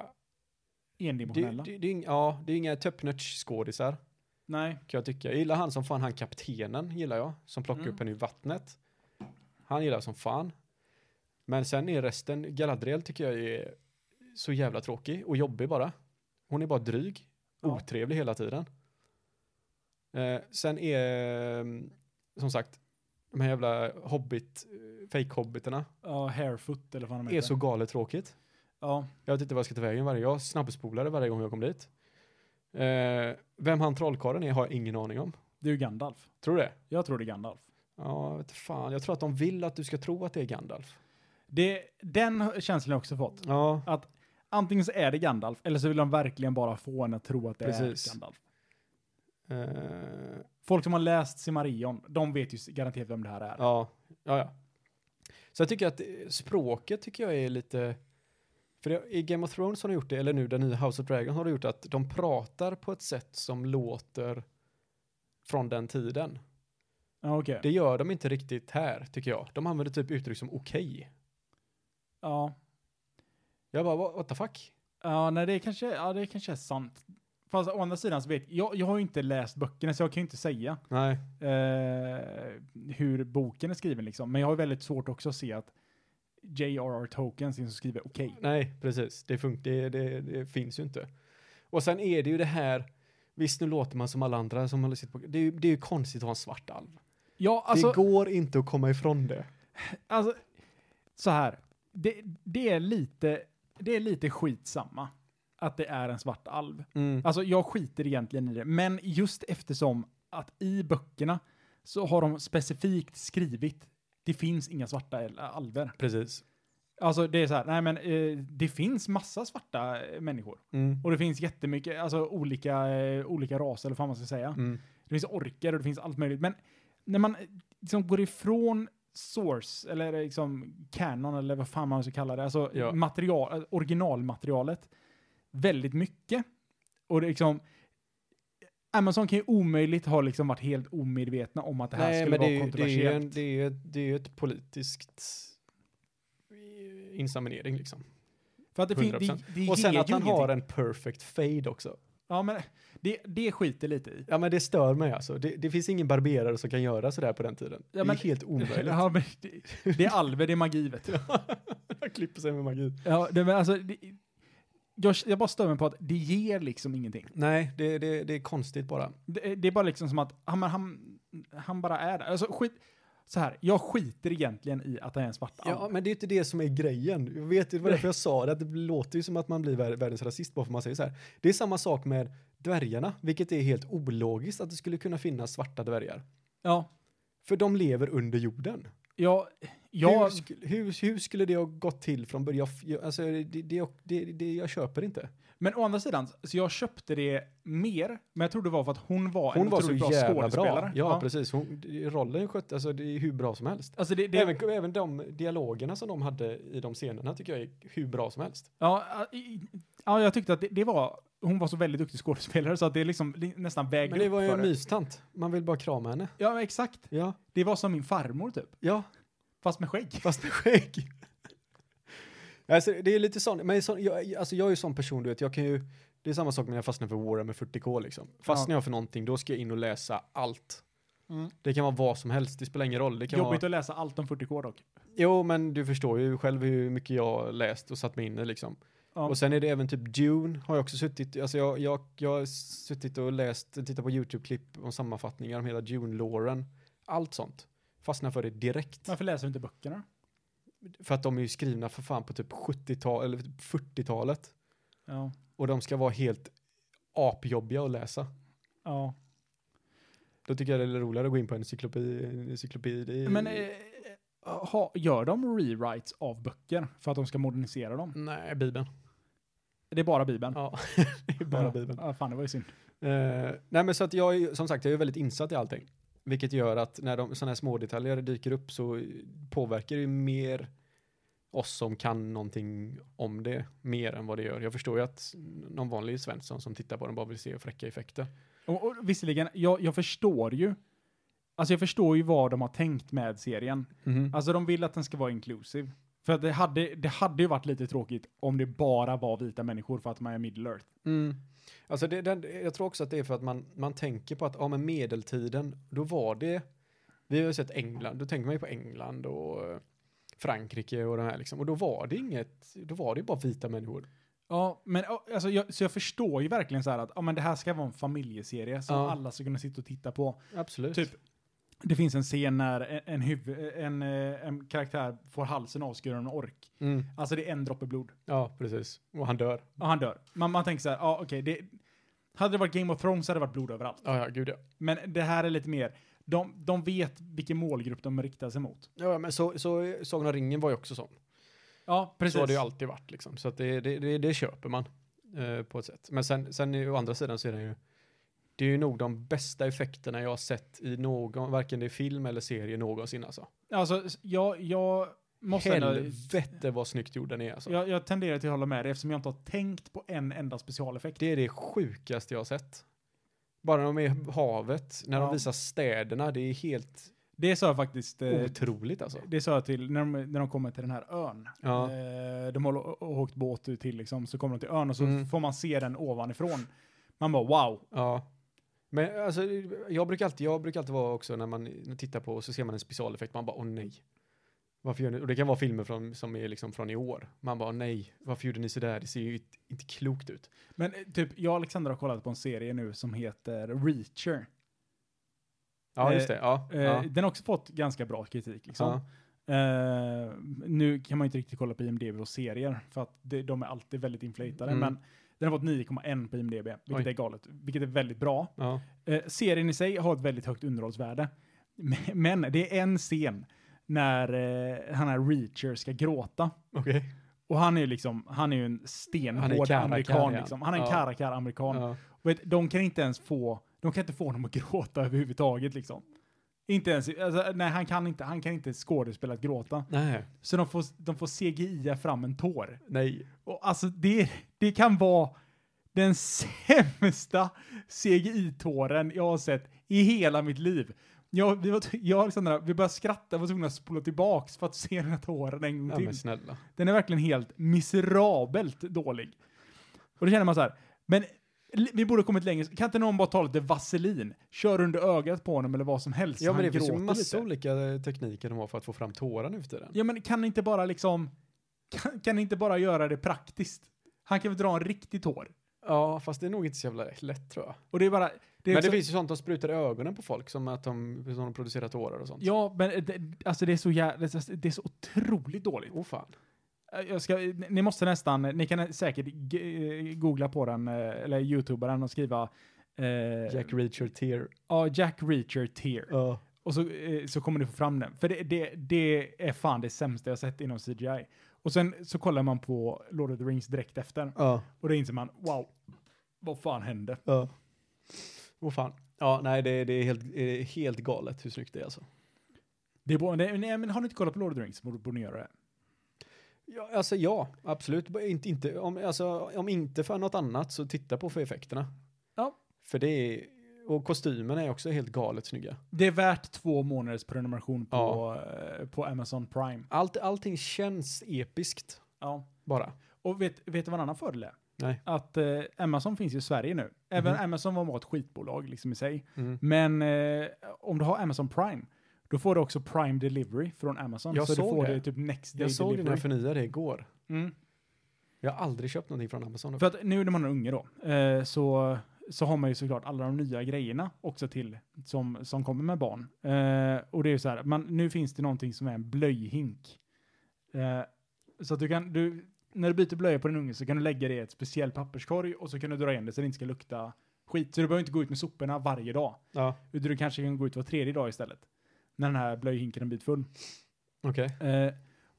S3: Det,
S1: endimensionella.
S3: det, det, är ing- ja, det är inga top-notch-skådisar.
S1: Nej,
S3: kan jag tycka. Jag gillar han som fan, han kaptenen gillar jag, som plockar
S1: Mm.
S3: upp henne ur vattnet. Han gillar jag som fan. Men sen är resten, Galadriel tycker jag är så jävla tråkig och jobbig bara. Hon är bara dryg,
S1: Ja.
S3: otrevlig hela tiden. Eh, sen är, eh, som sagt, de här jävla hobbit, eh, fake-hobbiterna,
S1: ja, Hairfoot eller vad han
S3: är så galet tråkigt.
S1: Ja,
S3: Jag vet inte vad jag ska ta vägen varje Jag snabbspolade varje gång jag kom dit. Eh, vem han trollkarlen är har jag ingen aning om.
S1: det är ju Gandalf.
S3: Tror du det?
S1: Jag tror det är Gandalf.
S3: Ja, jag vet inte fan. Jag tror att de vill att du ska tro att det är Gandalf.
S1: Det, den känslan har jag också fått.
S3: Ja,
S1: Att antingen så är det Gandalf, eller så vill de verkligen bara få en att tro att det
S3: Precis.
S1: är Gandalf.
S3: eh,
S1: Folk som har läst Simarion, de vet ju garanterat vem det här är.
S3: ja, ja, ja. Så jag tycker att eh, språket tycker jag är lite... För det, i Game of Thrones har de gjort det, eller nu den nya House of Dragon har de gjort att de pratar på ett sätt som låter från den tiden.
S1: Ja, okej.
S3: Det gör de inte riktigt här, tycker jag. De använder typ uttryck som okej.
S1: Ja.
S3: Jag bara, what, what the fuck?
S1: Ja, nej, det kanske, ja, det kanske är sant. Fast å andra sidan så vet jag, jag har ju inte läst böckerna så jag kan ju inte säga
S3: Nej.
S1: eh, hur boken är skriven liksom. Men jag har ju väldigt svårt också att se att J.R.R. Tolkien sin som skriver okej.
S3: Nej, precis. Det, fun- det, det, det finns ju inte. Och sen är det ju det här, visst nu låter man som alla andra som håller sitt på, det är ju, det är ju konstigt att ha en svart alv.
S1: Ja, alltså.
S3: det går inte att komma ifrån det.
S1: Alltså, så här. Det, det, är lite, det är lite skitsamma att det är en svart alv.
S3: Mm.
S1: Alltså, jag skiter egentligen i det, men just eftersom att i böckerna så har de specifikt skrivit det finns inga svarta al- alver.
S3: Precis.
S1: Alltså det är så här, nej men eh, det finns massa svarta eh, människor.
S3: Mm.
S1: Och det finns jättemycket, alltså olika, eh, olika raser eller vad man ska säga.
S3: Mm.
S1: Det finns orker och det finns allt möjligt. Men när man eh, liksom går ifrån source, eller liksom canon, eller vad fan man ska kalla det, alltså
S3: Ja.
S1: material, eh, originalmaterialet, väldigt mycket. Och det är liksom, Amazon kan ju omöjligt ha liksom varit helt omedvetna om att det här
S3: Nej,
S1: skulle
S3: men det
S1: vara
S3: är, ju- det, är ju
S1: kontroversiellt.
S3: en, det, är, ju ett- det är ju ett politiskt inseminering liksom.
S1: För att det, fin- det,
S3: 100%.
S1: det
S3: Och sen
S1: ger
S3: att
S1: ju
S3: han
S1: ingenting.
S3: har en perfect fade också.
S1: Ja, men det, det skiter lite i.
S3: Ja men det stör mig alltså. Det, det finns ingen barberare som kan göra sådär på den tiden. det är
S1: men-
S3: helt omöjligt.
S1: Ja, men det, det är alver, det är magi vet du.
S3: Han klipper sig med magi.
S1: Ja, det, men alltså, det, jag, jag bara stör mig på att det ger liksom ingenting.
S3: Nej, det, det, det är konstigt bara.
S1: Det, det är bara liksom som att han, men han, han bara är där. Alltså, skit, så här, jag skiter egentligen i att han är en svart
S3: Ja,
S1: alv.
S3: men det är ju inte det som är grejen. Jag vet ju, det var därför jag sa det, att det låter ju som att man blir vär- världens rasist bara för man säger så här. Det är samma sak med dvärgarna, vilket är helt ologiskt att det skulle kunna finnas svarta dvärgar.
S1: Ja,
S3: För de lever under jorden.
S1: jag,
S3: Hur,
S1: jag,
S3: sk- hur, hur skulle det ha gått till från början? Jag f- Jag, alltså, det, det, det, det, jag köper inte.
S1: men å andra sidan, så jag köpte det mer, men jag tror det var för att hon var
S3: Hon
S1: en
S3: var så
S1: otroligt bra
S3: jävla
S1: skådespelare.
S3: bra. Ja, precis. Hon, rollen skötte, alltså det är hur bra som helst.
S1: Alltså det, det,
S3: Även, även de dialogerna som de hade i de scenerna tycker jag är hur bra som helst.
S1: ja, i- ja, jag tyckte att det, det var, hon var så väldigt duktig skådespelare så att det liksom det nästan vägde
S3: Men det
S1: upp
S3: var ju
S1: för
S3: en mystant. Man vill bara krama henne.
S1: Ja, men exakt.
S3: Ja,
S1: Det var som min farmor typ,
S3: ja,
S1: fast med skägg.
S3: fast med skägg. Alltså, det är lite sånt, men sån, jag, alltså, jag är ju sån person, du vet, jag kan ju, det är samma sak när jag fastnar för Warhammer 40K liksom. Fastnar jag för någonting, då ska jag in och läsa allt.
S1: Mm.
S3: Det kan vara vad som helst, det spelar ingen roll. Det kan vara,
S1: Jobbigt att läsa allt om 40K dock.
S3: Jo, men du förstår ju själv hur mycket jag läst och satt mig in i liksom.
S1: Ja.
S3: Och sen är det även typ Dune har jag också suttit, alltså jag, jag, jag har suttit och läst, tittat på YouTube-klipp och sammanfattningar om hela Dune-låren. Allt sånt. Fastnar för det direkt.
S1: Varför läser du inte böckerna?
S3: För att de är ju skrivna för fan på typ 70-tal, eller typ 40-talet.
S1: Ja.
S3: Och de ska vara helt apjobbiga att läsa.
S1: ja.
S3: Då tycker jag det är roligare att gå in på en encyklopedi. En encyklopedi.
S1: Men eh, ha, gör de rewrites av böcker för att de ska modernisera dem?
S3: Nej, Bibeln.
S1: Det är bara Bibeln?
S3: Ja, det är bara
S1: Ja.
S3: Bibeln.
S1: Ja, fan, det var ju synd.
S3: Eh, nej men så att jag är ju- som sagt, jag är väldigt insatt i allting. Vilket gör att när de, sådana här små detaljer dyker upp så påverkar det ju mer oss som kan någonting om det mer än vad det gör. Jag förstår ju att någon vanlig Svensson som tittar på den bara vill se fräcka effekter.
S1: Och, och visserligen, jag, jag förstår ju. Alltså jag förstår ju vad de har tänkt med serien. Alltså de vill att den ska vara inclusive. För att det hade, det hade ju varit lite tråkigt om det bara var vita människor för att man är middle earth.
S3: Mm. Alltså det, den, jag tror också att det är för att man, man tänker på att ja, men medeltiden, då var det, vi har ju sett England, då tänker man ju på England och eh, Frankrike och de här liksom. Och då var det inget, då var det ju bara vita människor.
S1: Ja, men ja, alltså, jag, så jag förstår ju verkligen så här att ja, men det här ska vara en familjeserie som
S3: Ja.
S1: alla ska kunna sitta och titta på.
S3: Absolut.
S1: Typ, det finns en scen när en, en, huv, en, eh, en karaktär får halsen avskuren av en ork.
S3: Mm.
S1: Alltså det är en droppe blod.
S3: Ja, precis. Och han dör.
S1: Och han dör. Man, man tänker så här, ja okej, det... Hade det varit Game of Thrones hade det varit blod överallt.
S3: Ja, ja, gud ja.
S1: Men det här är lite mer, de, de vet vilken målgrupp de riktar sig mot.
S3: ja men så, så Sagan om ringen var ju också sån.
S1: Ja, precis.
S3: Så har det ju alltid varit liksom. Så att det, det, det, det köper man eh, på ett sätt. Men sen, sen är- å andra sidan så är den ju, det är ju nog de bästa effekterna jag har sett i någon, varken det är film eller serie någonsin alltså.
S1: Alltså, s- jag, jag måste ändå,
S3: Helvete vad snyggt gjord den är alltså.
S1: jag, jag tenderar till att hålla med dig eftersom jag inte har tänkt på en enda specialeffekt.
S3: Det är det sjukaste jag har sett. Bara när de är i havet, när
S1: Ja.
S3: de visar städerna, det är helt
S1: Det sa jag faktiskt... eh,
S3: otroligt alltså.
S1: Det sa jag till, när de, när de kommer till den här ön.
S3: Ja.
S1: Eh, de har å- å- åkt båt ut till liksom, så kommer de till ön och så
S3: Mm.
S1: får man se den ovanifrån. Man bara wow.
S3: Ja. Men alltså, jag brukar alltid, jag brukar alltid vara också när man tittar på och så ser man en specialeffekt, man bara åh nej. Varför gör ni? Och det kan vara filmer från, som är liksom från i år. Man bara åh nej, varför gjorde ni sådär? Det ser ju inte- inte klokt ut.
S1: Men eh, typ, jag och Alexandra har kollat på en serie nu som heter Reacher.
S3: Ja,
S1: Eh,
S3: just det. Ja.
S1: Eh,
S3: ja.
S1: Den har också fått ganska bra kritik. Liksom.
S3: ja.
S1: Eh, nu kan man ju inte riktigt kolla på IMDB och serier, för att det, de är alltid väldigt inflatade.
S3: Mm.
S1: Men den har fått 9,1 på IMDB, vilket
S3: Oj.
S1: är galet. Vilket är väldigt bra.
S3: ja.
S1: Eh, serien i sig har ett väldigt högt underhållsvärde. Men- Men det är en scen när eh, han här Reacher ska gråta.
S3: Okej.
S1: Och han är ju liksom, han är ju en stenhård
S3: karakär,
S1: amerikan
S3: ja.
S1: liksom. Han är en
S3: Ja.
S1: karakär amerikan.
S3: Ja.
S1: Vet, de kan inte ens få, de kan inte få honom att gråta överhuvudtaget liksom. Inte ens, alltså, nej han kan inte, han kan inte skådespela att gråta.
S3: Nej.
S1: Så de får, de får CGI fram en tår.
S3: Nej.
S1: Och alltså det, det kan vara den sämsta CGI-tåren jag har sett i hela mitt liv. Jag, vi var, t- jag och Alexandra, vi började skratta, var tvungna att spola tillbaks för att se den här tåren en gång
S3: Ja,
S1: till.
S3: men snälla.
S1: Den är verkligen helt miserabelt dålig. Och då känner man så här, men li- vi borde ha kommit längre. Kan inte någon bara ta lite vaselin? Kör under ögat på honom eller vad som helst. så
S3: Ja, men
S1: han
S3: det finns ju
S1: gråter
S3: massa
S1: lite.
S3: olika eh, tekniker de har för att få fram tårar nu för tiden.
S1: Ja, men kan ni inte bara liksom, kan, kan ni inte bara göra det praktiskt? Han kan väl dra en riktig tår?
S3: Ja, fast det är nog inte så jävla lätt tror jag.
S1: Och det är bara... Det är
S3: men det
S1: så,
S3: finns ju sånt de sprutar i ögonen på folk, som att de, som de producerar tårar och sånt.
S1: Ja, men det, alltså det är så jävla... Det är så otroligt dåligt.
S3: Oh fan.
S1: Jag ska, ni- ni måste nästan... Ni kan säkert g- googla på den, eh, eller youtuba den och skriva... Eh,
S3: Jack Reacher Tear.
S1: ja, Jack Reacher Tear.
S3: Ja.
S1: Och så, eh, så kommer du få fram den. För det, det, det är fan det sämsta jag sett inom CGI. Och sen så kollar man på Lord of the Rings direkt efter.
S3: Ja.
S1: Och då inser man, wow, vad fan hände?
S3: Ja. Åh fan. Ja, nej det, det är helt, eh, helt galet hur snyggt det är alltså.
S1: Det är bara, det, nej, men har ni inte kollat på Lord of the Rings borde, borde ni göra det.
S3: Ja, alltså ja, absolut. Bara Inte, inte, om, alltså, om inte för något annat så titta på för effekterna.
S1: Ja.
S3: För det är, och kostymerna är också helt galet snygga.
S1: Det är värt två månaders prenumeration på,
S3: Ja.
S1: eh, på Amazon Prime.
S3: Allt, allting känns episkt.
S1: Ja.
S3: bara.
S1: Och vet, vet du vad en annan fördel är?
S3: Nej.
S1: Att eh, Amazon finns ju i Sverige nu. Även
S3: Mhm.
S1: Amazon var ett skitbolag liksom i sig.
S3: Mm.
S1: Men eh, om du har Amazon Prime, då får du också Prime Delivery från Amazon.
S3: Jag
S1: så du
S3: såg
S1: får
S3: det.
S1: det typ next day
S3: Jag såg det när
S1: delivery.
S3: jag förnyade igår.
S1: Mm.
S3: Jag har aldrig köpt någonting från Amazon.
S1: För att nu när man är unge då, eh, så, så har man ju såklart alla de nya grejerna också till, som, som kommer med barn. Eh, och det är ju så här, man, nu finns det någonting som är en blöjhink. Eh, så att du kan, du, när du byter blöja på din unge så kan du lägga det i ett speciell papperskorg och så kan du dra igen det så det inte ska lukta skit. Så du behöver inte gå ut med soporna varje dag.
S3: Ja,
S1: Utan du kanske kan gå ut var tredje dag istället. När den här blöjhinken är en bit full.
S3: okej.
S1: Eh,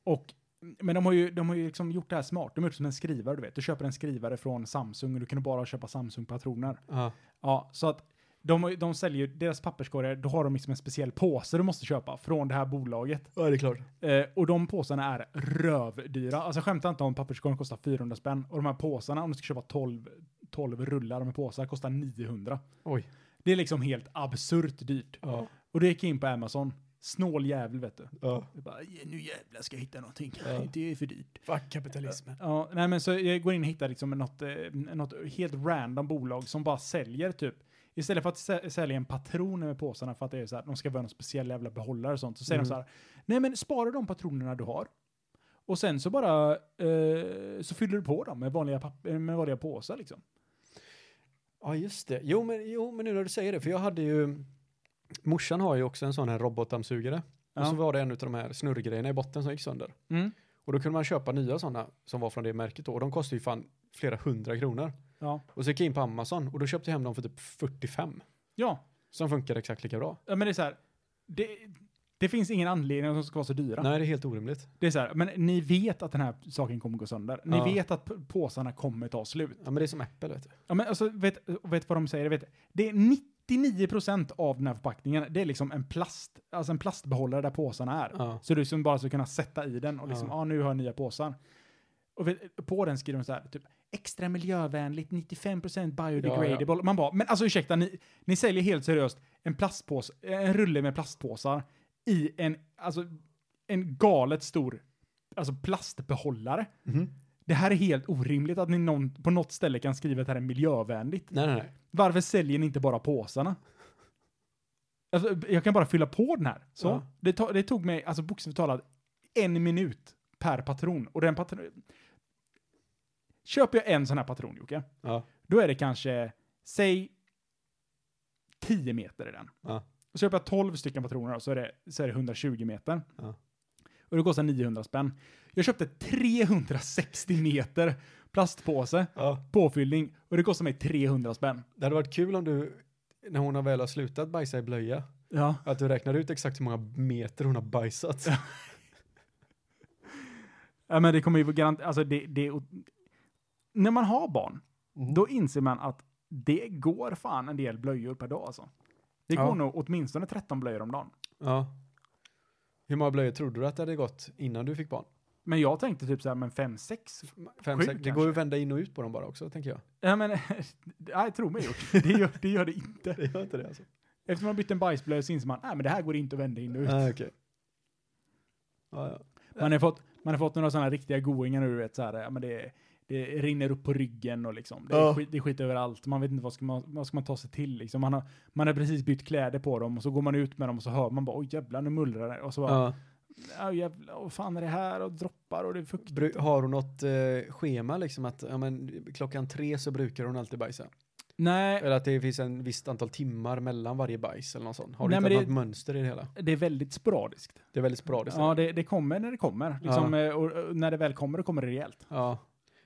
S1: och, men de har ju, de har ju liksom gjort det här smart. De har gjort som en skrivare, du vet. Du köper en skrivare från Samsung och du kan bara köpa Samsung-patroner.
S3: Ja.
S1: Ja, så att de, har ju- de säljer ju deras papperskorgar, då har de liksom en speciell påse du måste köpa från det här bolaget.
S3: ja, det är klart.
S1: Eh, och de påsarna är rövdyra. Alltså jag skämtar inte om papperskorgen kostar 400 spänn. Och de här påsarna, om du ska köpa 12, 12 rullar med påsar, kostar 900.
S3: Oj.
S1: Det är liksom helt absurt dyrt.
S3: Ja.
S1: Och det gick jag in på Amazon. Snål jävel vet du.
S3: ja.
S1: Jag bara, nu jävlar ska jag hitta någonting.
S3: Ja.
S1: Det är för dyrt.
S3: Fuck kapitalismen.
S1: Ja, nej men så jag går in och hittar liksom något, eh, något helt random bolag som bara säljer typ. Istället för att sä- sälja en patron med påsarna för att det är så här, de ska vara någon speciell jävla behållare och sånt. Så säger
S3: Mm.
S1: de så här, nej men spara de patronerna du har. Och sen så bara, eh, så fyller du på dem med vanliga, papp- eh, med vanliga påsar liksom.
S3: Ja, just det. Jo men, jo, men nu när du säger det, för jag hade ju... Morsan har ju också en sån här robotdammsugare.
S1: Ja.
S3: Och så var det en av de här snurrgrejerna i botten som gick sönder.
S1: mm,
S3: Och då kunde man köpa nya sådana som var från det märket då. Och de kostade ju fan flera hundra kronor.
S1: Ja.
S3: Och så gick jag in på Amazon och då köpte jag hem dem för typ 45.
S1: ja,
S3: Som funkar exakt lika bra.
S1: ja, men det är så här, det, det finns ingen anledning att de ska vara så dyra.
S3: Nej, det är helt orimligt.
S1: Det är så här, men ni vet att den här saken kommer gå sönder. Ni
S3: Ja.
S1: vet att p- påsarna kommer ta slut.
S3: Ja, men det är som Apple vet du.
S1: Ja, men alltså, vet, vet vad de säger? Vet, det är 99% av den här förpackningen, det är liksom en plast, alltså en plastbehållare där påsarna är.
S3: Ja.
S1: Så du liksom bara ska kunna sätta i den och liksom, ja,
S3: Ja.
S1: nu har jag nya påsar. Och vet, på den skriver de så här, typ, extra miljövänligt, 95% biodegradable. Man bara, men alltså ursäkta, ni, ni säljer helt seriöst en plastpåse, en rulle med plastpåsar i en, alltså, en galet stor, alltså plastbehållare. Det här är helt orimligt att ni någon, på något ställe kan skriva att det här är miljövänligt.
S3: Nej, nej, nej.
S1: Varför säljer ni inte bara påsarna? Alltså, jag kan bara fylla på den här. Så.
S3: Ja.
S1: Det, to- det tog mig, alltså bokstavligt talat, en minut per patron. Och den patron... Köper jag en sån här patron, Jocke,
S3: Ja.
S1: då är det kanske, säg, 10 meter i den.
S3: Ja.
S1: Och köper jag 12 stycken patroner då, så är det, så är det 120 meter.
S3: Ja.
S1: Och det kostar 900 spänn. Jag köpte 360 meter plastpåse,
S3: ja.
S1: påfyllning, och det kostar mig 300 spänn.
S3: Det hade varit kul om du, när hon har väl har slutat bajsa i blöja,
S1: Ja.
S3: att du räknar ut exakt hur många meter hon har bajsat.
S1: Ja, men det kommer ju garanterat, alltså det, det, och, när man har barn,
S3: Mm.
S1: då inser man att det går fan en del blöjor per dag alltså. Det
S3: Ja.
S1: går nog åtminstone 13 blöjor om dagen.
S3: Ja. Hur många blöjor trodde du att det hade gått innan du fick barn?
S1: Men jag tänkte typ så här, men 5-6?
S3: Fem,
S1: Sju
S3: sex. Det
S1: kanske.
S3: går ju att vända in och ut på dem bara också, tänker jag.
S1: Ja, men, nej, tro mig Jocke, det gör, det gör det inte.
S3: Det gör inte det alltså.
S1: Efter man bytt en bajsblöja så inser man, nej men det här går inte att vända in och ut.
S3: Nej, Ah, okej. Ja, ja.
S1: Man har fått, man har fått några sådana riktiga goingar nu, du vet så här, ja, men det, det rinner upp på ryggen och liksom, det, är
S3: Ja.
S1: skit, det är skit överallt. Man vet inte vad ska man, vad ska man ta sig till liksom. Man har, man har precis bytt kläder på dem och så går man ut med dem och så hör man bara, oj jävlar nu mullrar det. Och så bara,
S3: Ja.
S1: ja jävlar, vad fan är det här? Och droppar och det är fukt.
S3: Bru- Har hon något eh, schema liksom att ja, men, klockan tre så brukar hon alltid bajsa?
S1: Nej,
S3: Eller att det finns en visst antal timmar mellan varje bajs eller något sånt? Har du
S1: Nej,
S3: hittat
S1: men det-
S3: något mönster i det hela?
S1: det är väldigt sporadiskt.
S3: Det är väldigt sporadiskt.
S1: Ja, det, det kommer när det kommer. Liksom, eh, och, och när det väl kommer, då kommer det rejält.
S3: Ja.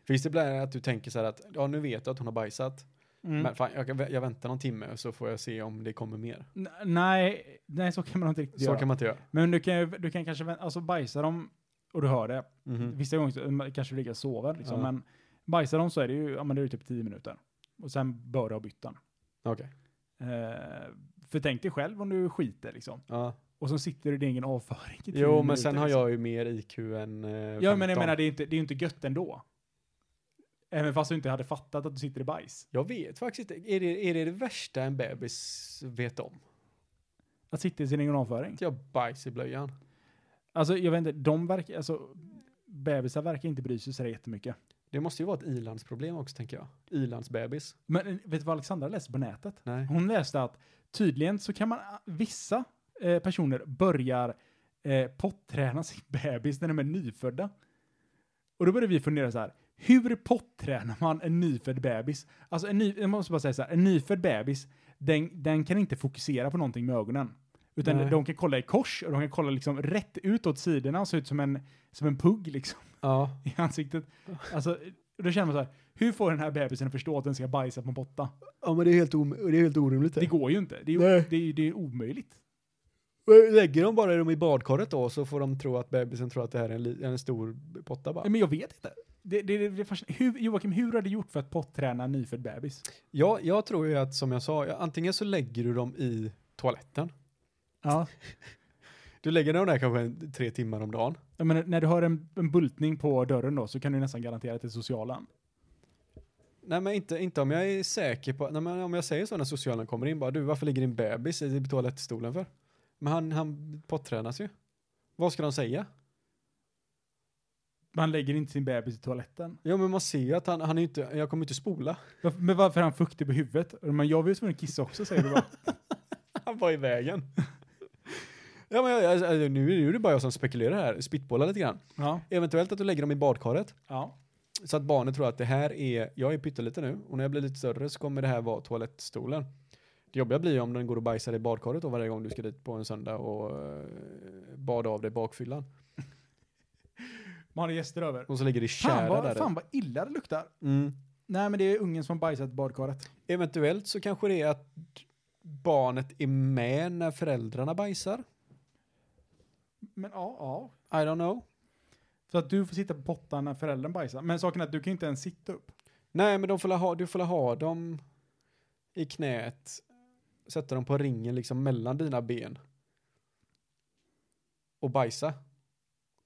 S3: Finns det ibland att du tänker så här att ja, nu vet jag att hon har bajsat,
S1: Mm.
S3: men fan, jag, kan vä- jag väntar någon timme och så får jag se om det kommer mer.
S1: N- nej, nej, så kan man inte riktigt
S3: Så
S1: göra.
S3: kan man inte göra.
S1: Men du kan, ju- du kan kanske vä- alltså, bajsa dem och du hör det.
S3: Mhm.
S1: Vissa gånger så, eh, man kanske du ligger och sover, liksom,
S3: Ja.
S1: men bajsar de så är det ju, ja, men det är ju typ 10 minuter. Och sen bör du ha bytt den.
S3: Okej.
S1: Eh, för tänk dig själv om du skiter liksom.
S3: Ja.
S1: Och så sitter du i din egen avföring i 10
S3: Jo,
S1: minuter,
S3: men sen har
S1: liksom.
S3: jag ju mer IQ än eh,
S1: Ja, men
S3: 15.
S1: jag menar, det är ju inte, det är ju inte gött ändå. Även fast du inte hade fattat att du sitter i bajs.
S3: Jag vet faktiskt inte. Är det, är det det värsta en bebis vet om?
S1: Att sitta i sin egen avföring.
S3: Att jag bajs i blöjan?
S1: Alltså, jag vet inte, de verkar, alltså, bebisar verkar inte bry sig så där jättemycket.
S3: Det måste ju vara ett ilandsproblem också, tänker jag. Ilandsbebis.
S1: Men eh, vet du vad Alexandra läste på nätet?
S3: Nej.
S1: Hon läste att tydligen så kan man, ah, vissa eh, personer börjar eh, potträna sin bebis när de är nyfödda. Och då började vi fundera så här, hur pottränar man en nyfödd bebis? Alltså en ny, jag måste bara säga så här, en nyfödd bebis, den, den kan inte fokusera på någonting med ögonen. Utan
S3: Nej.
S1: de kan kolla i kors och de kan kolla liksom rätt ut åt sidorna och se ut som en, som en pugg liksom
S3: Ja.
S1: i ansiktet. Alltså, då känner man så här, hur får den här bebisen att förstå att den ska bajsa på en botta?
S3: Ja, men det är helt, om, det är helt orimligt.
S1: Det går ju inte. Det är,
S3: Nej.
S1: det är, det är omöjligt.
S3: Lägger de bara dem i badkaret då så får de tro att bebisen tror att det här är en, li- en stor potta bara.
S1: Nej, Men jag vet inte. Det, det, det, det är fascinerande. hur, Joakim, hur har du gjort för att potträna en nyfödd bebis?
S3: Ja, jag tror ju att som jag sa, ja, antingen så lägger du dem i toaletten.
S1: Ja.
S3: Du lägger dem där kanske en, tre timmar om dagen.
S1: Jag menar, när du har en, en bultning på dörren då så kan du nästan garantera att det är sociala.
S3: Nej men inte, inte om jag är säker på, nej, men om jag säger så när socialen kommer in bara du varför ligger din bebis i toalettstolen för? Men han, han pottränas ju. Vad ska de säga?
S1: Man lägger inte sin bebis i toaletten.
S3: Jo men man ser ju att han, han är ju inte, jag kommer inte spola.
S1: Varför- Men varför är han fuktig på huvudet? Men jag var ju tvungen att kissa också säger du bara.
S3: Han var i vägen. ja men jag, jag, alltså, nu, är det- nu är det bara jag som spekulerar här, spitbollar lite grann.
S1: Ja.
S3: Eventuellt att du lägger dem i badkaret.
S1: ja.
S3: Så att barnet tror att det här är, jag är pytteliten nu och när jag blir lite större så kommer det här vara toalettstolen. Det jobbiga blir ju om den går och bajsar i badkaret och varje gång du ska dit på en söndag och eh, bada av dig bakfyllan.
S1: Man har gäster över.
S3: Och så ligger det
S1: Fan
S3: tjära där.
S1: vad, fan vad illa det luktar.
S3: Mm.
S1: Nej men det är ungen som bajsat i badkaret.
S3: Eventuellt så kanske det är att barnet är med när föräldrarna bajsar.
S1: Men ja, ja.
S3: I don't know.
S1: Så att du får sitta på pottan när föräldern bajsar. Men saken är att du kan ju inte ens sitta upp.
S3: Nej, men de får la ha, du får la ha dem i knät. Sätta dem på ringen liksom mellan dina ben. Och bajsa.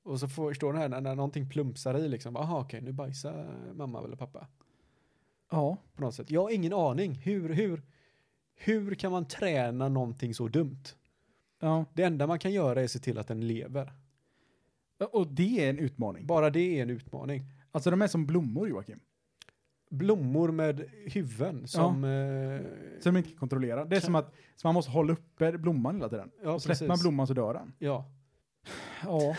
S3: Och så får, står den här när, när någonting plumpsar i liksom. Aha, okej, nu bajsar mamma eller pappa.
S1: Ja.
S3: På något sätt. Jag har ingen aning. Hur, hur, hur kan man träna någonting så dumt?
S1: Ja.
S3: Det enda man kan göra är se till att den lever.
S1: Och det är en utmaning.
S3: Bara det är en utmaning.
S1: Alltså de är som blommor Joakim.
S3: Blommor med huvuden som... eh,
S1: Som de inte kan kontrollera. Det är
S3: Kan-
S1: som att så man måste hålla uppe blomman hela tiden.
S3: ja,
S1: och släpper man blomman så dör den.
S3: Ja.
S1: Ja.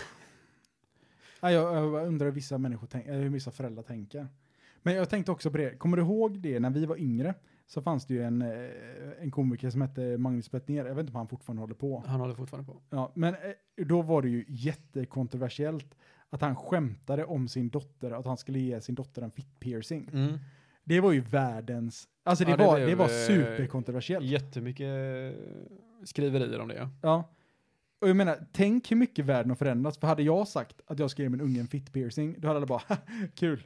S1: Nej, jag, jag undrar hur vissa, människor tänk, eh, hur vissa föräldrar tänker. Men jag tänkte också på det, kommer du ihåg det när vi var yngre? Så fanns det ju en, eh, en komiker som hette Magnus Bettner. jag vet inte om han fortfarande håller på.
S3: Han håller fortfarande på.
S1: Ja, men eh, då var det ju jättekontroversiellt att han skämtade om sin dotter, att han skulle ge sin dotter en fitt-piercing.
S3: Mm.
S1: Det var ju världens... Alltså det,
S3: Ja, det
S1: var,
S3: blev,
S1: det var
S3: eh,
S1: superkontroversiellt.
S3: Jättemycket eh, skriverier om det. Ja.
S1: Ja. Och jag menar, tänk hur mycket världen har förändrats. För hade jag sagt att jag ska ge min unge en fit-piercing, då hade alla bara, "Ha, kul.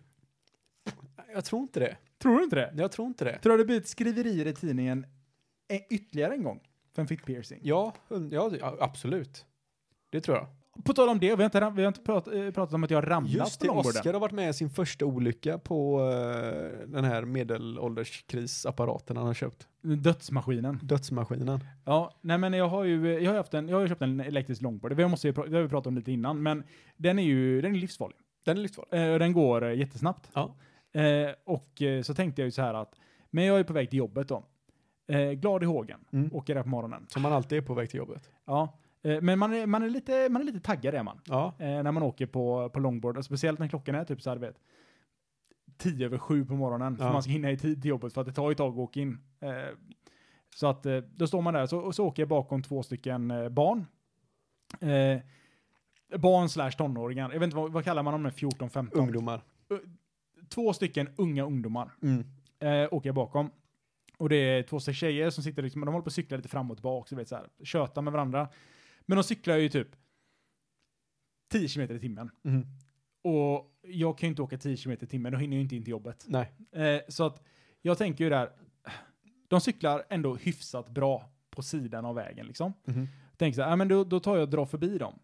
S3: Jag tror inte det.
S1: Tror du inte det?
S3: Jag tror inte det.
S1: Tror du det blir ett skriverier i tidningen en, ytterligare en gång för en fit-piercing?
S3: Ja, hund- ja, det- ja, absolut. Det tror jag.
S1: På tal om det, vi har inte, ram- vi har inte prat, eh, pratat om att jag har ramlat
S3: Just
S1: på
S3: det,
S1: långborden.
S3: Oskar har varit med i sin första olycka på eh, den här medelålderskrisapparaten han har köpt.
S1: Dödsmaskinen.
S3: Dödsmaskinen.
S1: Ja, nej men jag har ju, eh, jag har haft en, jag har ju köpt en elektrisk longboard. Vi måste ju, pra- det har vi pratat om lite innan, men den är ju, den är livsfarlig.
S3: Den är livsfarlig.
S1: Eh, och den går eh, jättesnabbt.
S3: Ja.
S1: Eh, och eh, så tänkte jag ju så här att, men jag är på väg till jobbet då. Eh, glad i hågen,
S3: Mm.
S1: åker där på morgonen.
S3: Som man alltid är på väg till jobbet.
S1: Ja. Eh, men man är, man, är lite, man är lite taggad är man.
S3: Ja.
S1: Eh, när man åker på, på longboard, och speciellt när klockan är typ så här, du vet, tio över sju på morgonen. För
S3: Ja.
S1: man ska hinna i tid till jobbet för att det tar ju ett tag att åka in. Eh, så att eh, då står man där så, och så åker jag bakom två stycken eh, barn. Eh, barn slash tonåringar. Jag vet inte vad, vad kallar man dem nu? 14, 15?
S3: Ungdomar.
S1: två stycken unga ungdomar
S3: Mm.
S1: eh, åker jag bakom. Och det är två stycken tjejer som sitter liksom, de håller på att cykla lite fram och tillbaka, du vet så här, köta med varandra. Men de cyklar ju typ 10 km i timmen.
S3: Mm.
S1: Och jag kan ju inte åka 10 km i timmen, då hinner jag ju inte in till jobbet.
S3: Nej.
S1: Eh, så att jag tänker ju där, de cyklar ändå hyfsat bra på sidan av vägen liksom.
S3: Mhm.
S1: Tänker så här, "Ah, men då, då tar jag och drar förbi dem.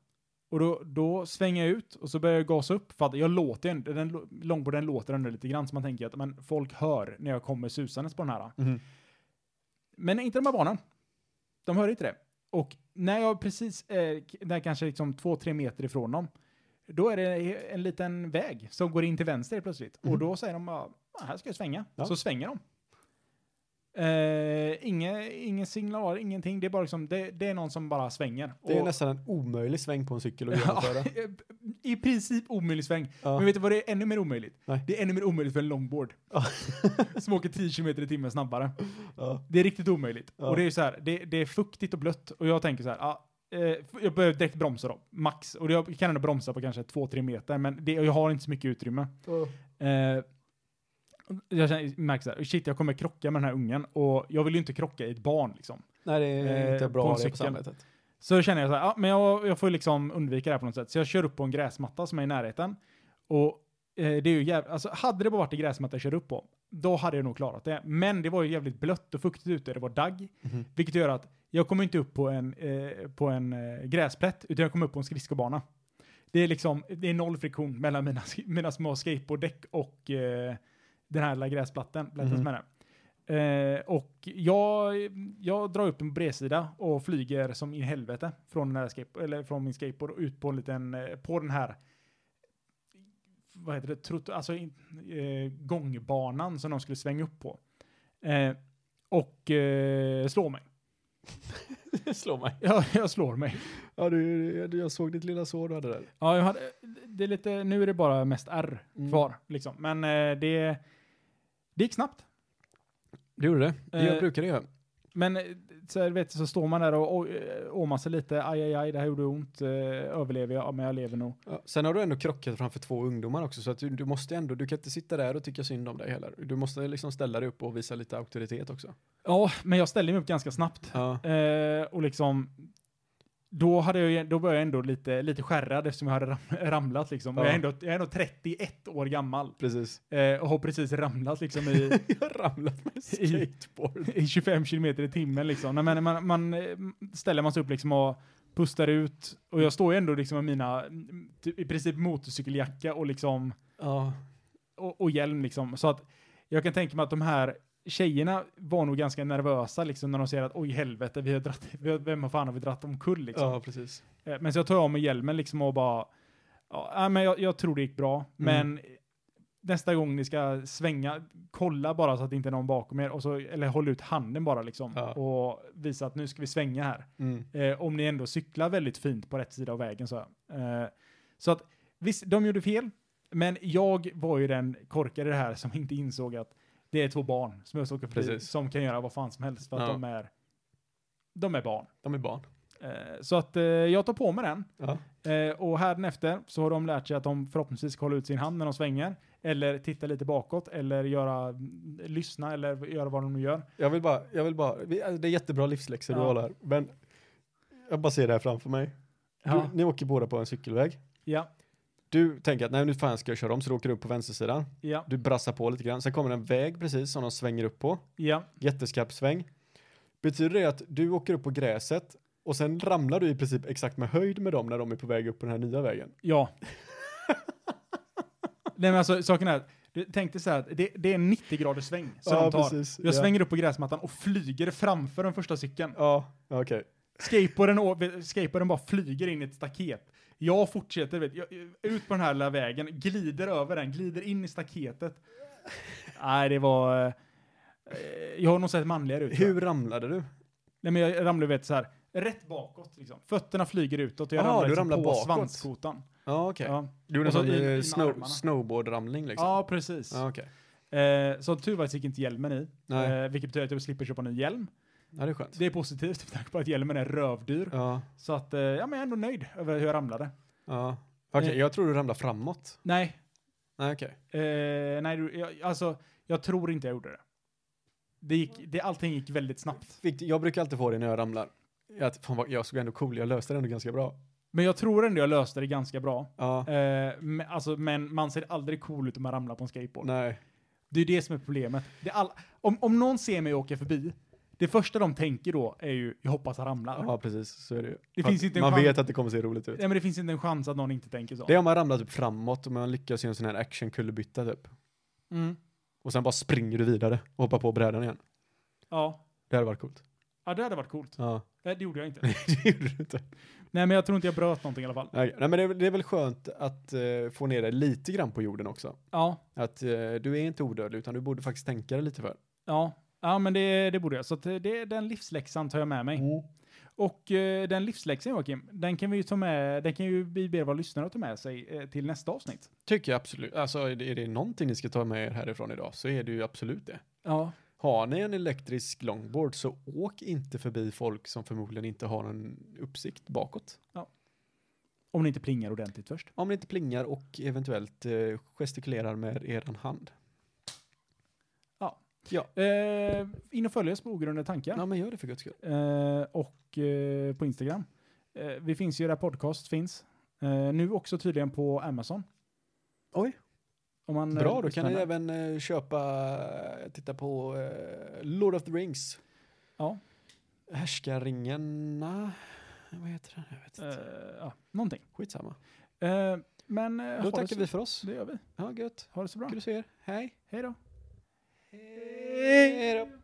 S1: Och då, då svänger jag ut och så börjar jag gasa upp för att jag låter ju ändå- den, lå- långborden låter ändå lite grann så man tänker att men folk hör när jag kommer susandes på den här.
S3: Mhm.
S1: Men inte de här barnen. eh, De hör inte det. Och när jag precis är k- där kanske liksom två, tre meter ifrån dem, Då är det en liten väg som går in till vänster helt plötsligt. Och då säger de bara, "Ah, här ska jag svänga.
S3: Mhm. Ja.
S1: Så svänger de. Eh, inga, ingen signaler, ingenting. Det är bara liksom, det, det är någon som bara svänger.
S3: Det är
S1: Och-
S3: nästan en omöjlig sväng på en cykel att genomföra.
S1: I princip omöjlig sväng.
S3: Ja.
S1: Men vet du vad det är ännu mer omöjligt?
S3: Nej.
S1: Det är ännu mer omöjligt för en longboard.
S3: Ja.
S1: som åker 10 km i timmen snabbare.
S3: Ja.
S1: Det är riktigt omöjligt.
S3: Ja.
S1: Och det är ju så här, det, det är fuktigt och blött. Och jag tänker så här, ah, eh, jag behöver direkt bromsa då, max. Och jag kan ändå bromsa på kanske 2-3 meter, men det, jag har inte så mycket utrymme. Eh, jag känner, märker så här, shit jag kommer krocka med den här ungen. Och jag vill ju inte krocka i ett barn liksom.
S3: Nej, det är
S1: Eh,
S3: inte
S1: på en
S3: bra det
S1: cykel.
S3: på samhället.
S1: Så känner jag så här, ja, men jag, jag får ju liksom undvika det här på något sätt. Så jag kör upp på en gräsmatta som är i närheten. Och eh, det är ju jävligt, alltså hade det bara varit en gräsmatta jag körde upp på, då hade jag nog klarat det. Men det var ju jävligt blött och fuktigt ute, det var dagg.
S3: Mhm.
S1: Vilket gör att jag kommer inte upp på en, eh, på en eh, gräsplätt, utan jag kommer upp på en skridskobana. Det är liksom, det är noll friktion mellan mina, sk- mina små skateboarddäck och eh, den här lilla gräsplattan, plätten som är där. Eh, och jag, jag drar upp en bredsida och flyger som in i helvete från, den här skate, eller från min skateboard och ut på en liten, eh, på den här vad heter det, trott, alltså in, eh, gångbanan som de skulle svänga upp på. Eh, och eh, slår mig.
S3: Slå mig.
S1: Jag, jag slår mig.
S3: Ja, du, jag- jag såg ditt lilla sår du hade där.
S1: Ja, jag hade, det är lite, nu är det bara mest R
S3: Mm.
S1: kvar. Liksom. Men eh, det, det gick snabbt.
S3: Du gjorde det. Det
S1: Eh,
S3: jag brukade göra.
S1: Men eh, så, här, vet, du, så står man där och och, eh, åmar sig lite. Aj, aj, aj, det här gjorde ont. Eh, överlever jag? Ja, men jag lever nog.
S3: Ja. Sen har du ändå krockat framför två ungdomar också, så att du, du måste ändå, du kan inte sitta där och tycka synd om dig heller. Du måste liksom ställa dig upp och visa lite auktoritet också.
S1: Ja, men jag ställde mig upp ganska snabbt.
S3: Ja.
S1: Eh, och liksom, då, hade jag, ju- då var jag ändå lite, lite skärrad eftersom jag hade ram, ramlat. Liksom. Och
S3: Ja.
S1: Jag, är ändå, jag är ändå 31 år gammal
S3: Precis.
S1: eh, och har precis ramlat liksom, i,
S3: jag ramlat med skateboard.
S1: i 25 kilometer i timmen. Liksom. Nej, men man, man eh, ställer man sig upp liksom, och pustar ut. Och jag står ju ändå liksom, med mina, mm, typ, i princip motorcykeljacka och liksom
S3: Ja.
S1: och, och hjälm liksom. Så att jag kan tänka mig att de här tjejerna var nog ganska nervösa liksom när de ser att oj helvete, vi har dratt, vi har, vem fan har vi dratt omkull liksom.
S3: ja, precis.
S1: Eh, Men så jag tar av mig hjälmen liksom och bara, ja nej, men jag, jag tror det gick
S3: Mm.
S1: bra, men nästa gång ni ska svänga, kolla bara så att det inte är någon bakom er, och så, eller håll ut handen bara liksom
S3: Ja.
S1: och visa att nu ska vi svänga här.
S3: Mm.
S1: Eh, om ni ändå cyklar väldigt fint på rätt sida av vägen så. Eh, så att visst, de gjorde fel, men jag var ju den korkade i det här som inte insåg att det är två barn som jag såg förbi
S3: Precis.
S1: som kan göra vad fan som helst för att
S3: Ja.
S1: de är de är barn.
S3: De är barn.
S1: Eh, så att eh, jag tar på mig den
S3: Ja.
S1: eh, och härnäfter så har de lärt sig att de förhoppningsvis ska hålla ut sin hand när de svänger eller titta lite bakåt eller göra lyssna eller göra vad de nu gör.
S3: Jag vill bara, jag vill bara, vi, alltså, det är jättebra livsläxor
S1: Ja.
S3: du har här, men jag bara ser det här framför mig.
S1: Ja.
S3: Du, ni åker båda på en cykelväg.
S1: Ja,
S3: Du tänker att nej nu fan ska jag köra om, så du åker upp på vänstersidan.
S1: ja,
S3: Du brassar på lite grann, sen kommer en väg precis som de svänger upp på.
S1: ja.
S3: Jätteskarpsväng. Betyder det att du åker upp på gräset och sen ramlar du i princip exakt med höjd med dem när de är på väg upp på den här nya vägen?
S1: Ja. Nej men alltså saken är, du tänkte så här, att det, det är en 90 graders sväng som
S3: Ja,
S1: de tar.
S3: precis.
S1: Jag
S3: Ja.
S1: svänger upp på gräsmattan och flyger framför den första cykeln.
S3: Ja, ja, okej.
S1: Skateboarden, å- skateboarden bara flyger in i ett staket. Jag fortsätter, vet, jag, ut på den här lilla vägen, glider över den, glider in i staketet. Nej, det var... eh, Jag har nog sett manligare ut. tror jag.
S3: Hur ramlade du?
S1: Nej, men jag ramlar vet så här, rätt bakåt liksom. Fötterna flyger utåt och jag
S3: Ah,
S1: ramlar,
S3: du
S1: liksom
S3: ramlar
S1: på
S3: bakåt.
S1: svanskotan.
S3: Ja, okej.
S1: Ja.
S3: Du gjorde en
S1: Och så
S3: sån
S1: in- in
S3: eh,
S1: med
S3: snow,
S1: armarna.
S3: snowboardramling liksom?
S1: ja, precis.
S3: Ja, okej.
S1: Eh, så turvärd gick inte hjälmen i,
S3: Nej.
S1: eh, vilket betyder att jag slipper köpa ny hjälm.
S3: Ja, det är skönt.
S1: Det är positivt med tanke på att hjälmen är rövdyr.
S3: Ja,
S1: Så att, eh, ja, men jag är ändå nöjd över hur jag ramlade.
S3: ja. Okej,
S1: Eh.
S3: jag tror du ramlade framåt.
S1: Nej,
S3: Nej, okej.
S1: eh, nej, du- jag, alltså, jag tror inte jag gjorde det. det, gick, det allting gick väldigt snabbt.
S3: Fick- Jag brukar alltid få det när jag ramlar. Att, fan vad, jag såg ändå cool, jag löste det ändå ganska bra.
S1: Men jag tror ändå jag löste det ganska bra.
S3: Ja,
S1: Eh, men, alltså, men man ser aldrig cool ut om man ramlar på en skateboard.
S3: nej.
S1: Det är det som är problemet. Det är all, om, om någon ser mig åka förbi, det första de tänker då är ju, jag hoppas jag ramlar.
S3: Ja, precis. Så är det ju.
S1: Det
S3: För
S1: finns
S3: att
S1: inte en
S3: Man
S1: chans-
S3: vet att det kommer se roligt ut.
S1: Nej, men det finns inte en chans att någon inte tänker så.
S3: Det är om man ramlar typ framåt och man lyckas göra en sån här actionkullerbytta typ.
S1: Mm.
S3: Och sen bara springer du vidare och hoppar på brädan igen.
S1: Ja,
S3: Det hade varit coolt.
S1: Ja, det hade varit coolt.
S3: Ja.
S1: Nej, det gjorde jag inte.
S3: det gjorde du inte.
S1: Nej, men jag tror inte jag bröt någonting i alla fall.
S3: Nej, nej, men det är, väl- det är väl skönt att eh, få ner dig lite grann på jorden också.
S1: Ja,
S3: Att eh, du är inte odödlig utan du borde faktiskt tänka dig lite för.
S1: ja. Ja, men det, det borde jag. Så att eh, det, den livsläxan tar jag med
S3: Mm.
S1: mig. Och eh, den livsläxan, Joakim, den kan vi ju ta med, den kan ju vi be våra lyssnare att ta med sig eh, till nästa avsnitt.
S3: Tycker jag absolut. Alltså är det, är det någonting ni ska ta med er härifrån idag så är det ju absolut det.
S1: Ja.
S3: Har ni en elektrisk longboard så åk inte förbi folk som förmodligen inte har en uppsikt bakåt.
S1: Om det inte plingar ordentligt först.
S3: Om ni inte plingar och eventuellt eh, gestikulerar med eran hand.
S1: Eh, in och följ oss på ogrundade tankar.
S3: Ja. men gör det för guds skull.
S1: Eh, och eh, på Instagram. Eh, vi finns ju där podcast finns. Eh, nu också tydligen på Amazon.
S3: Oj.
S1: Om man, eh,
S3: Bra, då kan
S1: lyssnar
S3: ni
S1: där.
S3: även eh, köpa, titta på eh, Lord of the Rings.
S1: Ja.
S3: Härskaringarna. Vad heter den? Jag vet inte.
S1: Eh, ja, någonting.
S3: Skitsamma.
S1: Eh, men eh, ha
S3: Då
S1: det
S3: tackar
S1: så-
S3: vi för oss.
S1: Det gör vi.
S3: Ja, gött.
S1: Ha det så bra.
S3: Kul att se er. Hej.
S1: Hej då.
S3: Hej då.